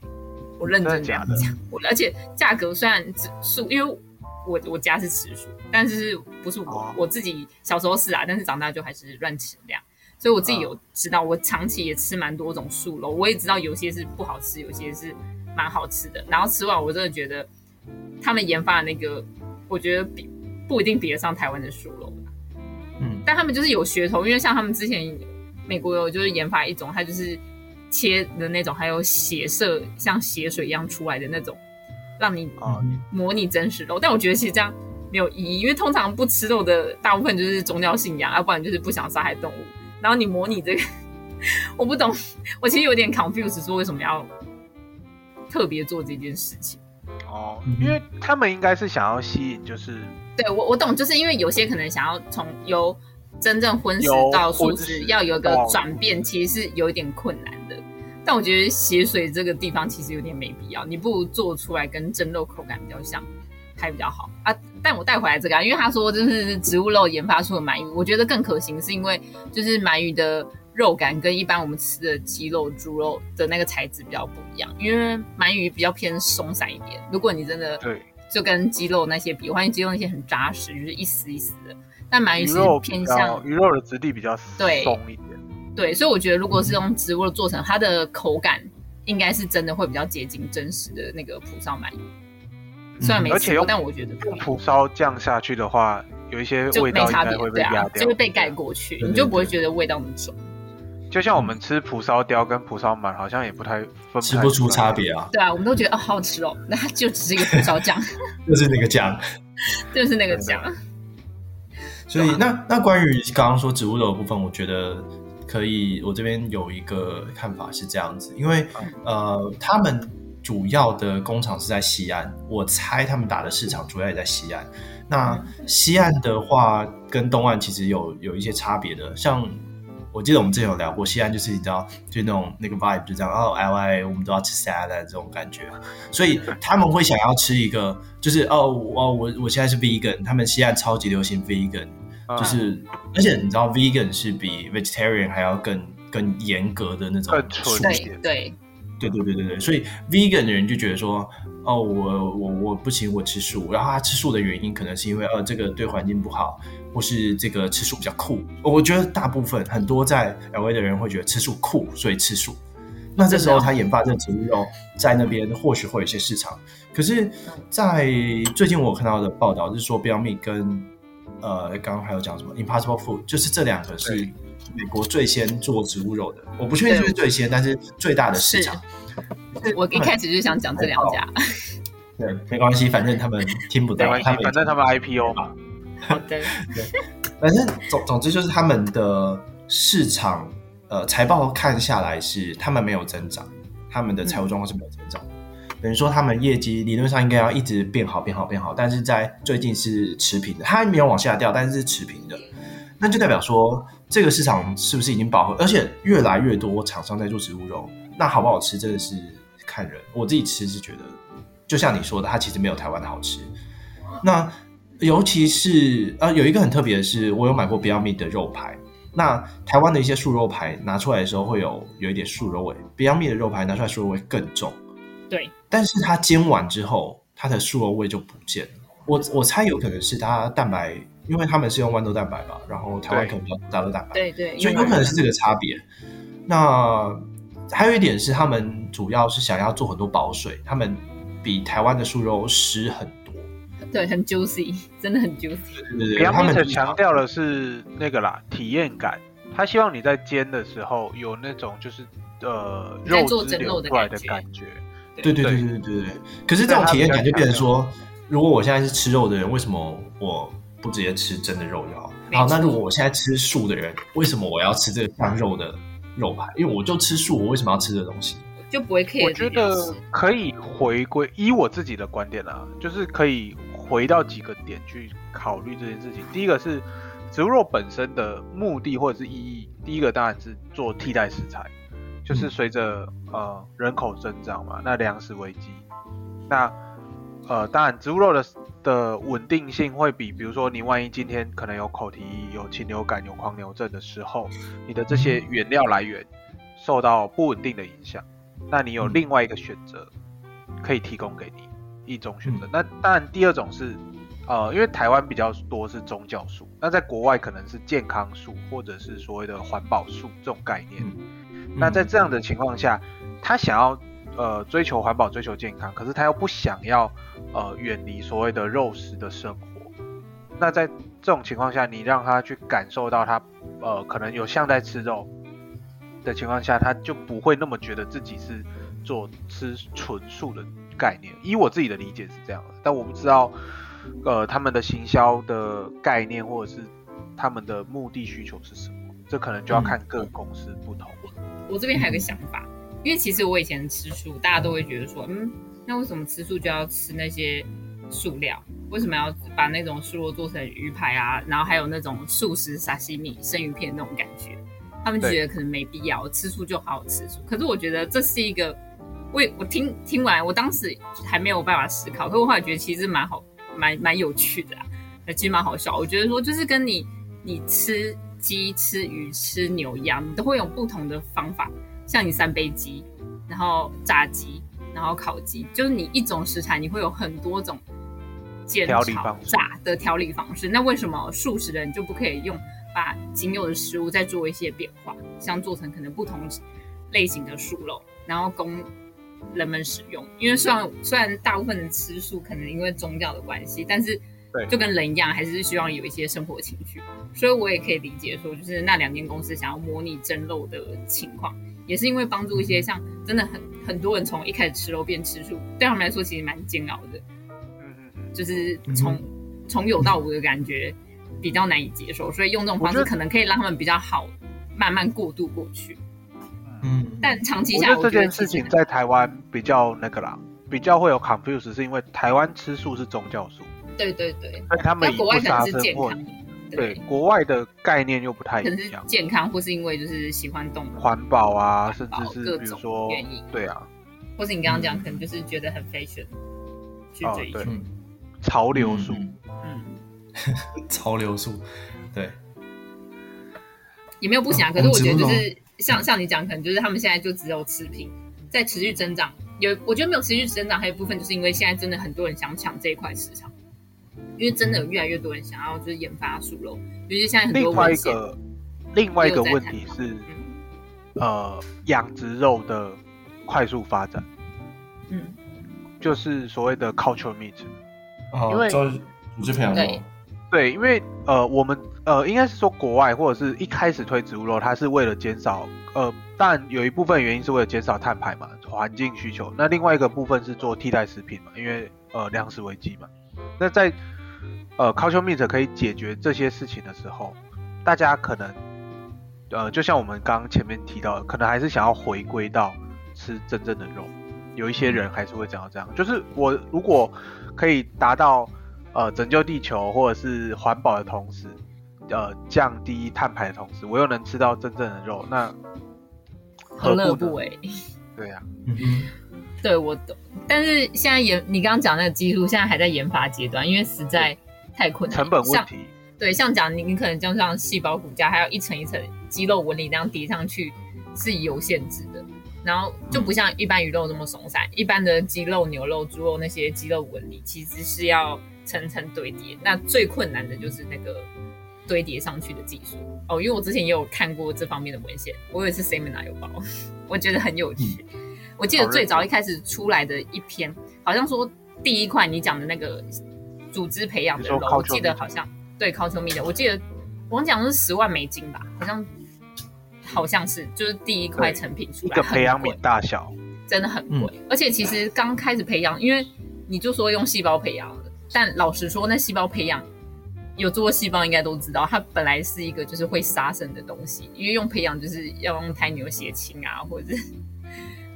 Speaker 2: 我认真这样
Speaker 3: 真的假
Speaker 2: 讲，我而且价格虽然只素，因为我我家是吃素，但是不是我、
Speaker 3: 哦
Speaker 2: 我自己小时候是啊，但是长大就还是乱吃这样。所以我自己有知道，我长期也吃蛮多种素肉，我也知道有些是不好吃，有些是蛮好吃的。然后吃完，我真的觉得他们研发的那个，我觉得比不一定比得上台湾的素肉，
Speaker 1: 嗯，
Speaker 2: 但他们就是有噱头，因为像他们之前美国有就是研发一种，它就是切的那种，还有血色像血水一样出来的那种，让你
Speaker 3: 啊，
Speaker 2: 模拟真实肉。但我觉得其实这样没有意义，因为通常不吃肉的大部分就是宗教信仰，要不然就是不想杀害动物。然后你模拟这个， 我不懂，我其实有点 confused，说为什么要特别做这件事情。
Speaker 3: 哦
Speaker 1: 嗯，哼
Speaker 3: 因为他们应该是想要吸引就是
Speaker 2: 对我我懂，就是因为有些可能想要从由真正荤食
Speaker 3: 由
Speaker 2: 到素
Speaker 3: 荤
Speaker 2: 食
Speaker 3: 食
Speaker 2: 要有一个
Speaker 3: 到
Speaker 2: 转变，其实是有一点困难的。但我觉得血水这个地方其实有点没必要，你不如做出来跟蒸肉口感比较像，还比较好啊。但我带回来这个、啊，因为他说就是植物肉研发出的鳗鱼，我觉得更可行，是因为就是鳗鱼的肉感跟一般我们吃的鸡肉、猪肉的那个材质比较不一样，因为鳗鱼比较偏松散一点。如果你真的
Speaker 3: 对
Speaker 2: 就跟鸡肉那些比，我发现鸡肉那些很扎实，就是一丝一丝的。但鳗鱼
Speaker 3: 鱼
Speaker 2: 是
Speaker 3: 肉比
Speaker 2: 偏
Speaker 3: 较
Speaker 2: 向
Speaker 3: 鱼肉的质地比较
Speaker 2: 对
Speaker 3: 松一点，
Speaker 2: 对，所以我觉得如果是用植物做成，它的口感应该是真的会比较接近真实的那个蒲烧鳗鱼。虽然没
Speaker 3: 嗯而且
Speaker 2: 吃过，
Speaker 3: 用
Speaker 2: 但我觉得
Speaker 3: 用蒲烧酱下去的话，有一些
Speaker 2: 就
Speaker 3: 味
Speaker 2: 没
Speaker 3: 道应
Speaker 2: 差
Speaker 3: 该
Speaker 2: 别
Speaker 3: 会，被
Speaker 2: 对
Speaker 3: 压
Speaker 2: 啊，
Speaker 3: 掉，
Speaker 2: 就会被盖过去，
Speaker 1: 对
Speaker 2: 你就
Speaker 1: 对
Speaker 2: 不会
Speaker 1: 对
Speaker 2: 觉得味道那么重。
Speaker 3: 就像我们吃蒲烧雕跟蒲烧鳗，好像也不太分
Speaker 1: 嗯吃
Speaker 3: 太
Speaker 1: 不出
Speaker 3: 来
Speaker 1: 差别啊，
Speaker 2: 对啊，我们都觉得哦好好吃哦，那它就只是一个蒲烧酱。
Speaker 1: 就是那个酱。
Speaker 2: 就是那个酱。
Speaker 1: 所以那那关于刚刚说植物肉的部分，我觉得可以，我这边有一个看法是这样子，因为呃，他们主要的工厂是在西安，我猜他们打的市场主要也在西安。那西岸的话，跟东岸其实有有一些差别的。像我记得我们之前有聊过，西岸就是你知道，就那种那个 vibe 就这样，哦，L A 我们都要吃 salad 这种感觉，啊所以他们会想要吃一个，就是哦哦，我我现在是 vegan，他们西岸超级流行 vegan，
Speaker 3: 嗯
Speaker 1: 就是而且你知道 vegan 是比 vegetarian 还要更更严格的那种
Speaker 3: 更纯
Speaker 1: 属
Speaker 2: 对对，
Speaker 1: 对对对对对，所以 vegan 的人就觉得说，哦，我我我不行，我吃素。然后他吃素的原因可能是因为，呃，这个对环境不好，或是这个吃素比较酷。我觉得大部分很多在 LA 的人会觉得吃素酷，所以吃素。那这时候他研发这个植物肉在那边或许会有一些市场，可是，在最近我看到的报道是说 Beyond Meat 跟呃刚刚还有讲什么 Impossible Food，就是这两个是
Speaker 3: 对
Speaker 1: 美国最先做植物肉的，我不确定是不是最先，但是最大的市场。
Speaker 2: 我一开始就想讲这两家。
Speaker 1: 对，没关系，反正他们听不
Speaker 3: 没
Speaker 1: 到，
Speaker 3: 关系
Speaker 1: 他们，
Speaker 3: 反正他们 IPO 嘛。
Speaker 2: 好的，
Speaker 1: 反正总总之就是他们的市场呃财报看下来是他们没有增长，他们的财
Speaker 3: 嗯
Speaker 1: 务状况是没有增长，等于说他们业绩理论上应该要一直变好变好变好，但是在最近是持平的，它还没有往下掉，但是是持平的，那就代表说这个市场是不是已经饱和，而且越来越多厂商在做植物肉，那好不好吃真的是看人，我自己吃是觉得，就像你说的，它其实没有台湾的好吃，那。尤其是呃，有一个很特别的是，我有买过 Beyond Meat 的肉排。那台湾的一些素肉排拿出来的时候，会有有一点素肉味，Beyond Meat 的肉排拿出来素肉味更重。
Speaker 2: 对，
Speaker 1: 但是它煎完之后，它的素肉味就不见了。我我猜有可能是它蛋白，因为他们是用豌豆蛋白吧，然后台湾
Speaker 3: 对
Speaker 1: 可能比较多大豆蛋白，
Speaker 2: 对对，
Speaker 1: 所以有可能是这个差别。那还有一点是，他们主要是想要做很多保水，他们比台湾的素肉湿很多。
Speaker 2: 对很 juicy，真的很 juicy。
Speaker 1: 对对对，
Speaker 3: Beyond
Speaker 1: 他们
Speaker 3: Meat
Speaker 1: 就是
Speaker 3: 强调的是那个啦，体验感。他希望你在煎的时候有那种就是呃
Speaker 2: 在
Speaker 3: 肉
Speaker 2: 做
Speaker 3: 汁
Speaker 2: 蒸
Speaker 3: 流
Speaker 2: 肉的
Speaker 3: 出来的
Speaker 2: 感觉
Speaker 3: 感觉。
Speaker 1: 对对对对
Speaker 3: 对
Speaker 1: 对对。可是这种体验感就变成说，如果我现在是吃肉的人，为什么我不直接吃真的肉就好？
Speaker 2: 没
Speaker 1: 好，那
Speaker 2: 错
Speaker 1: 如果我现在吃素的人，为什么我要吃这个像肉的肉排？因为我就吃素，我为什么要吃这个东西？
Speaker 2: 就不会 care
Speaker 3: 我
Speaker 2: 这
Speaker 3: 觉
Speaker 2: 件
Speaker 3: 得
Speaker 2: 事
Speaker 3: 可以回归，以我自己的观点啊，就是可以回到几个点去考虑这件事情。第一个是植物肉本身的目的或者是意义，第一个当然是做替代食材，就是随着呃人口增长嘛，那粮食危机，那呃当然植物肉的的稳定性会比，比如说你万一今天可能有口蹄疫、有禽流感、有狂牛症的时候，你的这些原料来源受到不稳定的影响。那你有
Speaker 1: 嗯
Speaker 3: 另外一个选择可以提供给你一种选择。那当然，第二种是，呃，因为台湾比较多是宗教素，那在国外可能是健康素或者是所谓的环保素这种概念。
Speaker 1: 嗯
Speaker 3: 那在这样的情况下，他想要呃追求环保、追求健康，可是他又不想要呃远离所谓的肉食的生活。那在这种情况下，你让他去感受到他呃可能有像在吃肉的情况下，他就不会那么觉得自己是做吃纯素的概念。以我自己的理解是这样的，但我不知道呃他们的行销的概念或者是他们的目的需求是什么。这可能就要看各个公司不同。
Speaker 2: 我这边还有个想法，因为其实我以前吃素，大家都会觉得说，嗯，那为什么吃素就要吃那些素料？为什么要把那种素肉做成鱼排啊？然后还有那种素食沙西米、生鱼片那种感觉，他们就觉得可能没必要，吃素就好好吃素。可是我觉得这是一个，我也我听听完，我当时还没有办法思考，可我后来觉得其实蛮好，蛮蛮有趣的啊，其实蛮好笑。我觉得说就是跟你你吃鸡、吃鱼、吃牛一样，你都会有不同的方法。像你三杯鸡，然后炸鸡，然后烤鸡，就是你一种食材，你会有很多种煎
Speaker 3: 调
Speaker 2: 炒
Speaker 3: 理方式
Speaker 2: 炸的调理方式。那为什么素食人就不可以用把仅有的食物再做一些变化，像做成可能不同类型的素肉，然后供人们使用？因为虽然虽然大部分人吃素可能因为宗教的关系，但是
Speaker 3: 对
Speaker 2: 就跟人一样，还是希望有一些生活情趣。所以我也可以理解说，就是那两间公司想要模拟蒸肉的情况，也是因为帮助一些像真的很很多人从一开始吃肉变吃素，对他们来说其实蛮煎熬的，
Speaker 3: 嗯嗯嗯，
Speaker 2: 就是从从有到无的感觉比较难以接受，所以用这种方
Speaker 3: 我
Speaker 2: 式
Speaker 3: 觉得
Speaker 2: 可能可以让他们比较好慢慢过渡过去。
Speaker 1: 嗯，
Speaker 2: 但长期
Speaker 3: 我
Speaker 2: 下来，
Speaker 3: 觉
Speaker 2: 我
Speaker 3: 得
Speaker 2: 觉
Speaker 3: 这
Speaker 2: 得
Speaker 3: 件事
Speaker 2: 其实
Speaker 3: 情在台湾比较那个啦，比较会有 confuse，是因为台湾吃素是宗教素，
Speaker 2: 对对对，
Speaker 3: 所以他
Speaker 2: 在
Speaker 3: 们以
Speaker 2: 国
Speaker 3: 不
Speaker 2: 外可
Speaker 3: 杀
Speaker 2: 能是
Speaker 3: 生
Speaker 2: 健
Speaker 3: 或
Speaker 2: 康，
Speaker 3: 对，国外的概念又不太
Speaker 2: 可
Speaker 3: 一
Speaker 2: 能是
Speaker 3: 样，
Speaker 2: 健康，或是因为就是喜欢动物，
Speaker 3: 环保啊，
Speaker 2: 环
Speaker 3: 甚
Speaker 2: 保
Speaker 3: 至
Speaker 2: 各
Speaker 3: 是比如
Speaker 2: 种
Speaker 3: 说
Speaker 2: 原因，
Speaker 3: 对啊，
Speaker 2: 或是你刚刚讲
Speaker 1: 嗯
Speaker 2: 可能就是觉得很 fashion 去
Speaker 3: 哦
Speaker 2: 追求
Speaker 3: 对，
Speaker 1: 嗯，
Speaker 3: 潮流素，
Speaker 1: 嗯
Speaker 2: 嗯，
Speaker 1: 潮流素，对，
Speaker 2: 也没有不想，
Speaker 3: 哦
Speaker 1: 嗯
Speaker 2: 可是
Speaker 1: 我
Speaker 2: 我
Speaker 1: 们
Speaker 2: 觉得
Speaker 1: 植
Speaker 2: 就
Speaker 1: 物
Speaker 2: 是像像你讲，可能就是他们现在就只有持平，在持续增长。有我觉得没有持续增长，还有一部分就是因为现在真的很多人想抢这一块市场，因为真的有越来越多人想要就是研发熟肉，尤其嗯现在很多
Speaker 3: 另外
Speaker 2: 文
Speaker 3: 一
Speaker 2: 献，
Speaker 3: 个另外一个
Speaker 2: 又在
Speaker 3: 问
Speaker 2: 谈
Speaker 3: 题是，
Speaker 2: 嗯
Speaker 3: 呃，养殖肉的快速发展，
Speaker 2: 嗯，
Speaker 3: 就是所谓的 culture meat。
Speaker 1: 哦
Speaker 3: 因为
Speaker 1: 就是组织培养
Speaker 2: 对
Speaker 1: 肉，
Speaker 3: 对，因为呃，我们呃，应该是说国外或者是一开始推植物肉，它是为了减少呃，但有一部分原因是为了减少碳排嘛，环境需求。那另外一个部分是做替代食品嘛，因为呃粮食危机嘛。那在呃 culture meat 可以解决这些事情的时候，大家可能呃，就像我们刚刚前面提到的，可能还是想要回归到吃真正的肉。有一些人还是会想要这样，就是我如果可以达到呃拯救地球或者是环保的同时，呃降低碳排的同时，我又能吃到真正的肉，那
Speaker 2: 何乐
Speaker 3: 不
Speaker 2: 不
Speaker 3: 呢？
Speaker 2: 为？
Speaker 3: 对啊呀、
Speaker 1: 嗯哼
Speaker 2: 对我懂，但是现在研你刚刚讲那个技术现在还在研发阶段，因为实在太困难了，
Speaker 3: 成本
Speaker 2: 像
Speaker 3: 问题，
Speaker 2: 对，像讲你，你可能就像细胞骨架，还有一层一层肌肉纹理那样叠上去是有限制的，然后就
Speaker 3: 嗯
Speaker 2: 不像一般鱼肉那么松散，一般的鸡肉、牛肉、猪肉那些肌肉纹理其实是要层层堆叠，那最困难的就是那个堆叠上去的技术哦，因为我之前也有看过这方面的文献，我以为是 Seminar 有报， 我觉得很有趣。我记得
Speaker 3: 嗯好认
Speaker 2: 最早
Speaker 3: 真
Speaker 2: 一开始出来的一篇，好像说第一块你讲的那个组织培养
Speaker 3: 你
Speaker 2: 的
Speaker 3: 说
Speaker 2: 肉，我
Speaker 3: culture
Speaker 2: 记得
Speaker 3: meat
Speaker 2: 好像对 culture media，我记得我讲的是十万美金吧，好像好像是就是第一块
Speaker 3: 对
Speaker 2: 成品出
Speaker 3: 一
Speaker 2: 来，
Speaker 3: 个
Speaker 2: 很
Speaker 3: 培养
Speaker 2: 贵
Speaker 3: 皿大小，
Speaker 2: 真的很贵，而且其实刚开始培养，因为你就说用细胞培养的，但老实说，那细胞培养有做过细胞应该都知道，它本来是一个就是会杀生的东西，因为用培养就是要用胎牛血清啊，或者是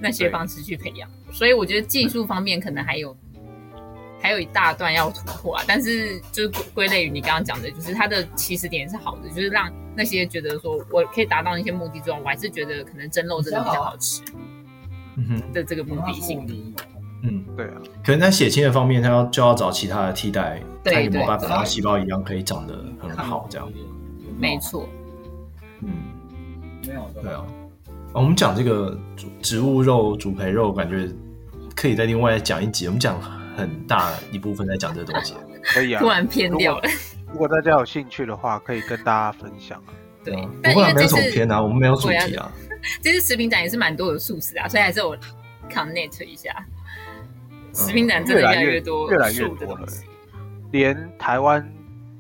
Speaker 2: 那些
Speaker 3: 对
Speaker 2: 方式去培养，所以我觉得技术方面可能还有还有一大段要突破啊。但是就是归归类于你刚刚讲的，就是它的起始点是好的，就是让那些觉得说我可以达到那些目的之后，我还是觉得可能蒸肉真的比较好吃
Speaker 1: 嗯哼，
Speaker 2: 的这个目的性。
Speaker 1: 嗯，
Speaker 3: 对啊，
Speaker 1: 可能在血清的方面，他要就要找其他的替代，
Speaker 2: 对
Speaker 1: 看有没有
Speaker 2: 对
Speaker 1: 办法让细胞一样可以长得很好，这样，
Speaker 2: 没，错，
Speaker 1: 嗯。
Speaker 4: 没有
Speaker 1: 对啊，哦我们讲这个植植物肉、主培肉，感觉可以再另外讲一集。我们讲很大一部分在讲这个东西。
Speaker 3: 可以啊
Speaker 2: 突。然偏掉 了。
Speaker 3: 如果大家有兴趣的话，可以跟大家分享啊。
Speaker 2: 对
Speaker 1: 啊，
Speaker 2: 但
Speaker 1: 不
Speaker 2: 因
Speaker 1: 会
Speaker 2: 为
Speaker 1: 啊没
Speaker 2: 这
Speaker 1: 有什么
Speaker 2: 次
Speaker 1: 偏啊，我们没有主题啊。
Speaker 2: 这次食品展也是蛮多的素食啊，所以还是我 connect 一下。食品展真的越
Speaker 3: 嗯越来
Speaker 2: 来
Speaker 3: 越
Speaker 2: 多
Speaker 3: 越来越
Speaker 2: 素的
Speaker 3: 多了
Speaker 2: 东西，
Speaker 3: 连台湾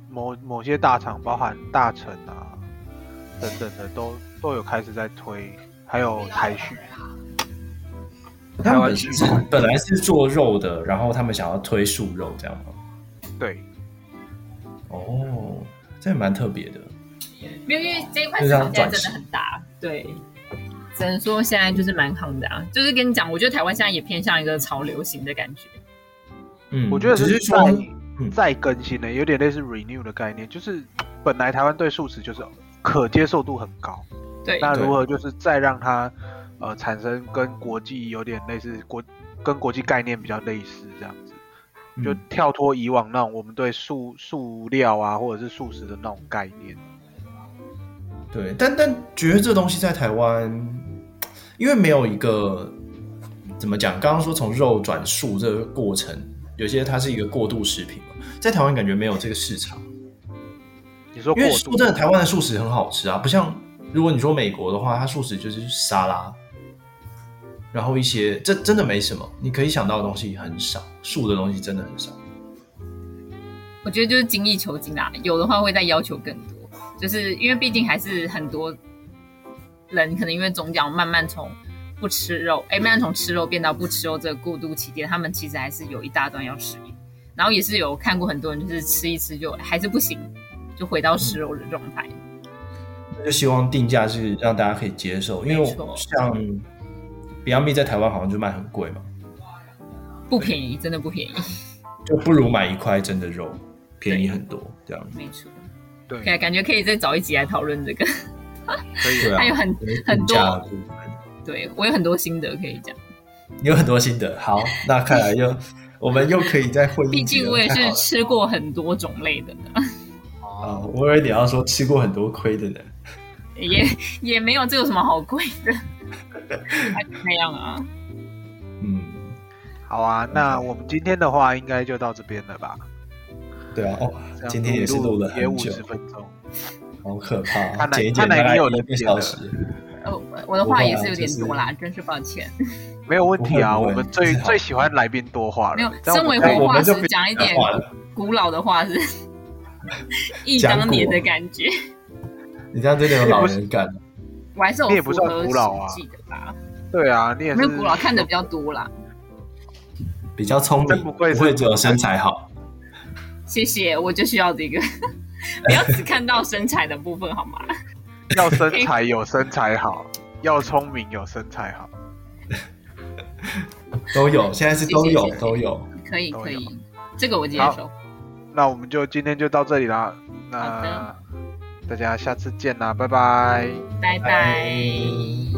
Speaker 3: 某某些大厂，包含大成啊等等的，都都有开始在推，还有台旭，
Speaker 1: 他
Speaker 3: 台
Speaker 1: 们
Speaker 3: 湾
Speaker 1: 本
Speaker 3: 区
Speaker 1: 身是本来是做肉的，然后他们想要推素肉这样吗？
Speaker 3: 对，
Speaker 1: 哦，这蛮特别的。
Speaker 2: 没有，因为这一块市场现在真的很大，对。只能说现在就是蛮夯的啊，就是跟你讲，我觉得台湾现在也偏向一个潮流型的感觉。
Speaker 1: 嗯，
Speaker 3: 我觉得
Speaker 1: 只是
Speaker 3: 是
Speaker 1: 说
Speaker 3: 在
Speaker 1: 嗯
Speaker 3: 再更新的，有点类似 renew 的概念，就是本来台湾对素食就是可接受度很高，
Speaker 2: 对，
Speaker 3: 那
Speaker 1: 对
Speaker 3: 如何就是再让它呃产生跟国际有点类似国跟国际概念比较类似这样子，就
Speaker 1: 嗯
Speaker 3: 跳脱以往那种我们对素素料啊或者是素食的那种概念，
Speaker 1: 对，但但觉得这东西在台湾，因为没有一个怎么讲，刚刚说从肉转素这个过程，有些它是一个过渡食品嘛，在台湾感觉没有这个市场，
Speaker 3: 你说
Speaker 1: 因
Speaker 3: 过
Speaker 1: 为
Speaker 3: 度
Speaker 1: 说真的，台湾的素食很好吃啊，不像如果你说美国的话，它素食就是沙拉，然后一些这真的没什么，你可以想到的东西很少，素的东西真的很少。
Speaker 2: 我觉得就是精益求精啦，有的话会再要求更多，就是因为毕竟还是很多人可能因为宗教慢慢从不哎吃肉，哎，慢慢从吃肉变到不吃肉这个过渡期间，他们其实还是有一大段要适应。然后也是有看过很多人就是吃一吃就还是不行，就回到食肉的状态。
Speaker 1: 那就希望定价是让大家可以接受，因为
Speaker 2: 没错
Speaker 1: 像 Beyond Meat 在台湾好像就卖很贵嘛，
Speaker 2: 不便宜，真的不便宜，
Speaker 1: 就不如买一块真的肉便宜很多，这样
Speaker 2: 没错。
Speaker 3: 对
Speaker 2: 对，啊感觉可以再找一集来讨论这个。
Speaker 3: 可以
Speaker 1: 对啊
Speaker 2: 还有很很
Speaker 1: 定
Speaker 2: 多
Speaker 1: 价的部分
Speaker 2: 对我有很多心得可以讲，
Speaker 1: 你有很多心得。好，那看来 又我们又可以再会
Speaker 2: 毕
Speaker 1: 一集
Speaker 2: 竟
Speaker 1: 了
Speaker 2: 我也
Speaker 1: 太好
Speaker 2: 是
Speaker 1: 了
Speaker 2: 吃过很多种类的呢，
Speaker 1: 啊、
Speaker 3: 哦，
Speaker 1: 我以为你要说吃过很多亏的呢。
Speaker 2: 也 也没有这有什么好贵的，还是那样啊。
Speaker 1: 嗯，
Speaker 3: 好啊，那我们今天的话应该就到这边了吧？
Speaker 1: 对啊，哦，
Speaker 3: 这样
Speaker 1: 今天也是录了很久
Speaker 3: 也五十分钟，
Speaker 1: 好可怕、啊，
Speaker 3: 看来
Speaker 1: 剪一剪
Speaker 3: 看来
Speaker 1: 大概
Speaker 3: 你有
Speaker 1: 一个
Speaker 3: 理解
Speaker 1: 小
Speaker 3: 了
Speaker 1: 时。
Speaker 2: 哦，我的话也是有点多啦，真是抱歉。
Speaker 3: 没有问题啊。
Speaker 1: 不
Speaker 3: 我
Speaker 1: 会不会
Speaker 3: 们最
Speaker 1: 是 好
Speaker 3: 最喜欢来宾多话了，
Speaker 2: 没有
Speaker 3: 这样我
Speaker 2: 身为
Speaker 3: 们可以
Speaker 1: 我
Speaker 2: 活
Speaker 1: 们就
Speaker 2: 话是讲一点
Speaker 1: 话了。
Speaker 2: 古老的话是忆
Speaker 1: 讲古
Speaker 2: 当年的感觉，
Speaker 1: 你这样真的有老人感。
Speaker 2: 我还是有
Speaker 3: 你也不
Speaker 2: 符
Speaker 3: 算
Speaker 2: 合
Speaker 3: 古老啊
Speaker 2: 实际的吧，
Speaker 3: 对啊，你也
Speaker 2: 没
Speaker 3: 是
Speaker 2: 有古老看的比较多啦。
Speaker 1: 比较 聪明，
Speaker 3: 真不愧是
Speaker 1: 会只有身材好。
Speaker 2: 谢谢，我就需要这个， 不要只看到身材的部分好吗？
Speaker 3: 要身材有身材好，要聪明有身材好。
Speaker 1: 都有，现在是都有
Speaker 2: 谢谢谢谢
Speaker 1: 都有。
Speaker 2: 可以
Speaker 3: 都有
Speaker 2: 可以，这个我接
Speaker 3: 好
Speaker 2: 受。
Speaker 3: 那我们就今天就到这里啦，
Speaker 2: 好
Speaker 3: 那
Speaker 2: 的
Speaker 3: 大家下次见啦，拜拜。
Speaker 2: 拜拜。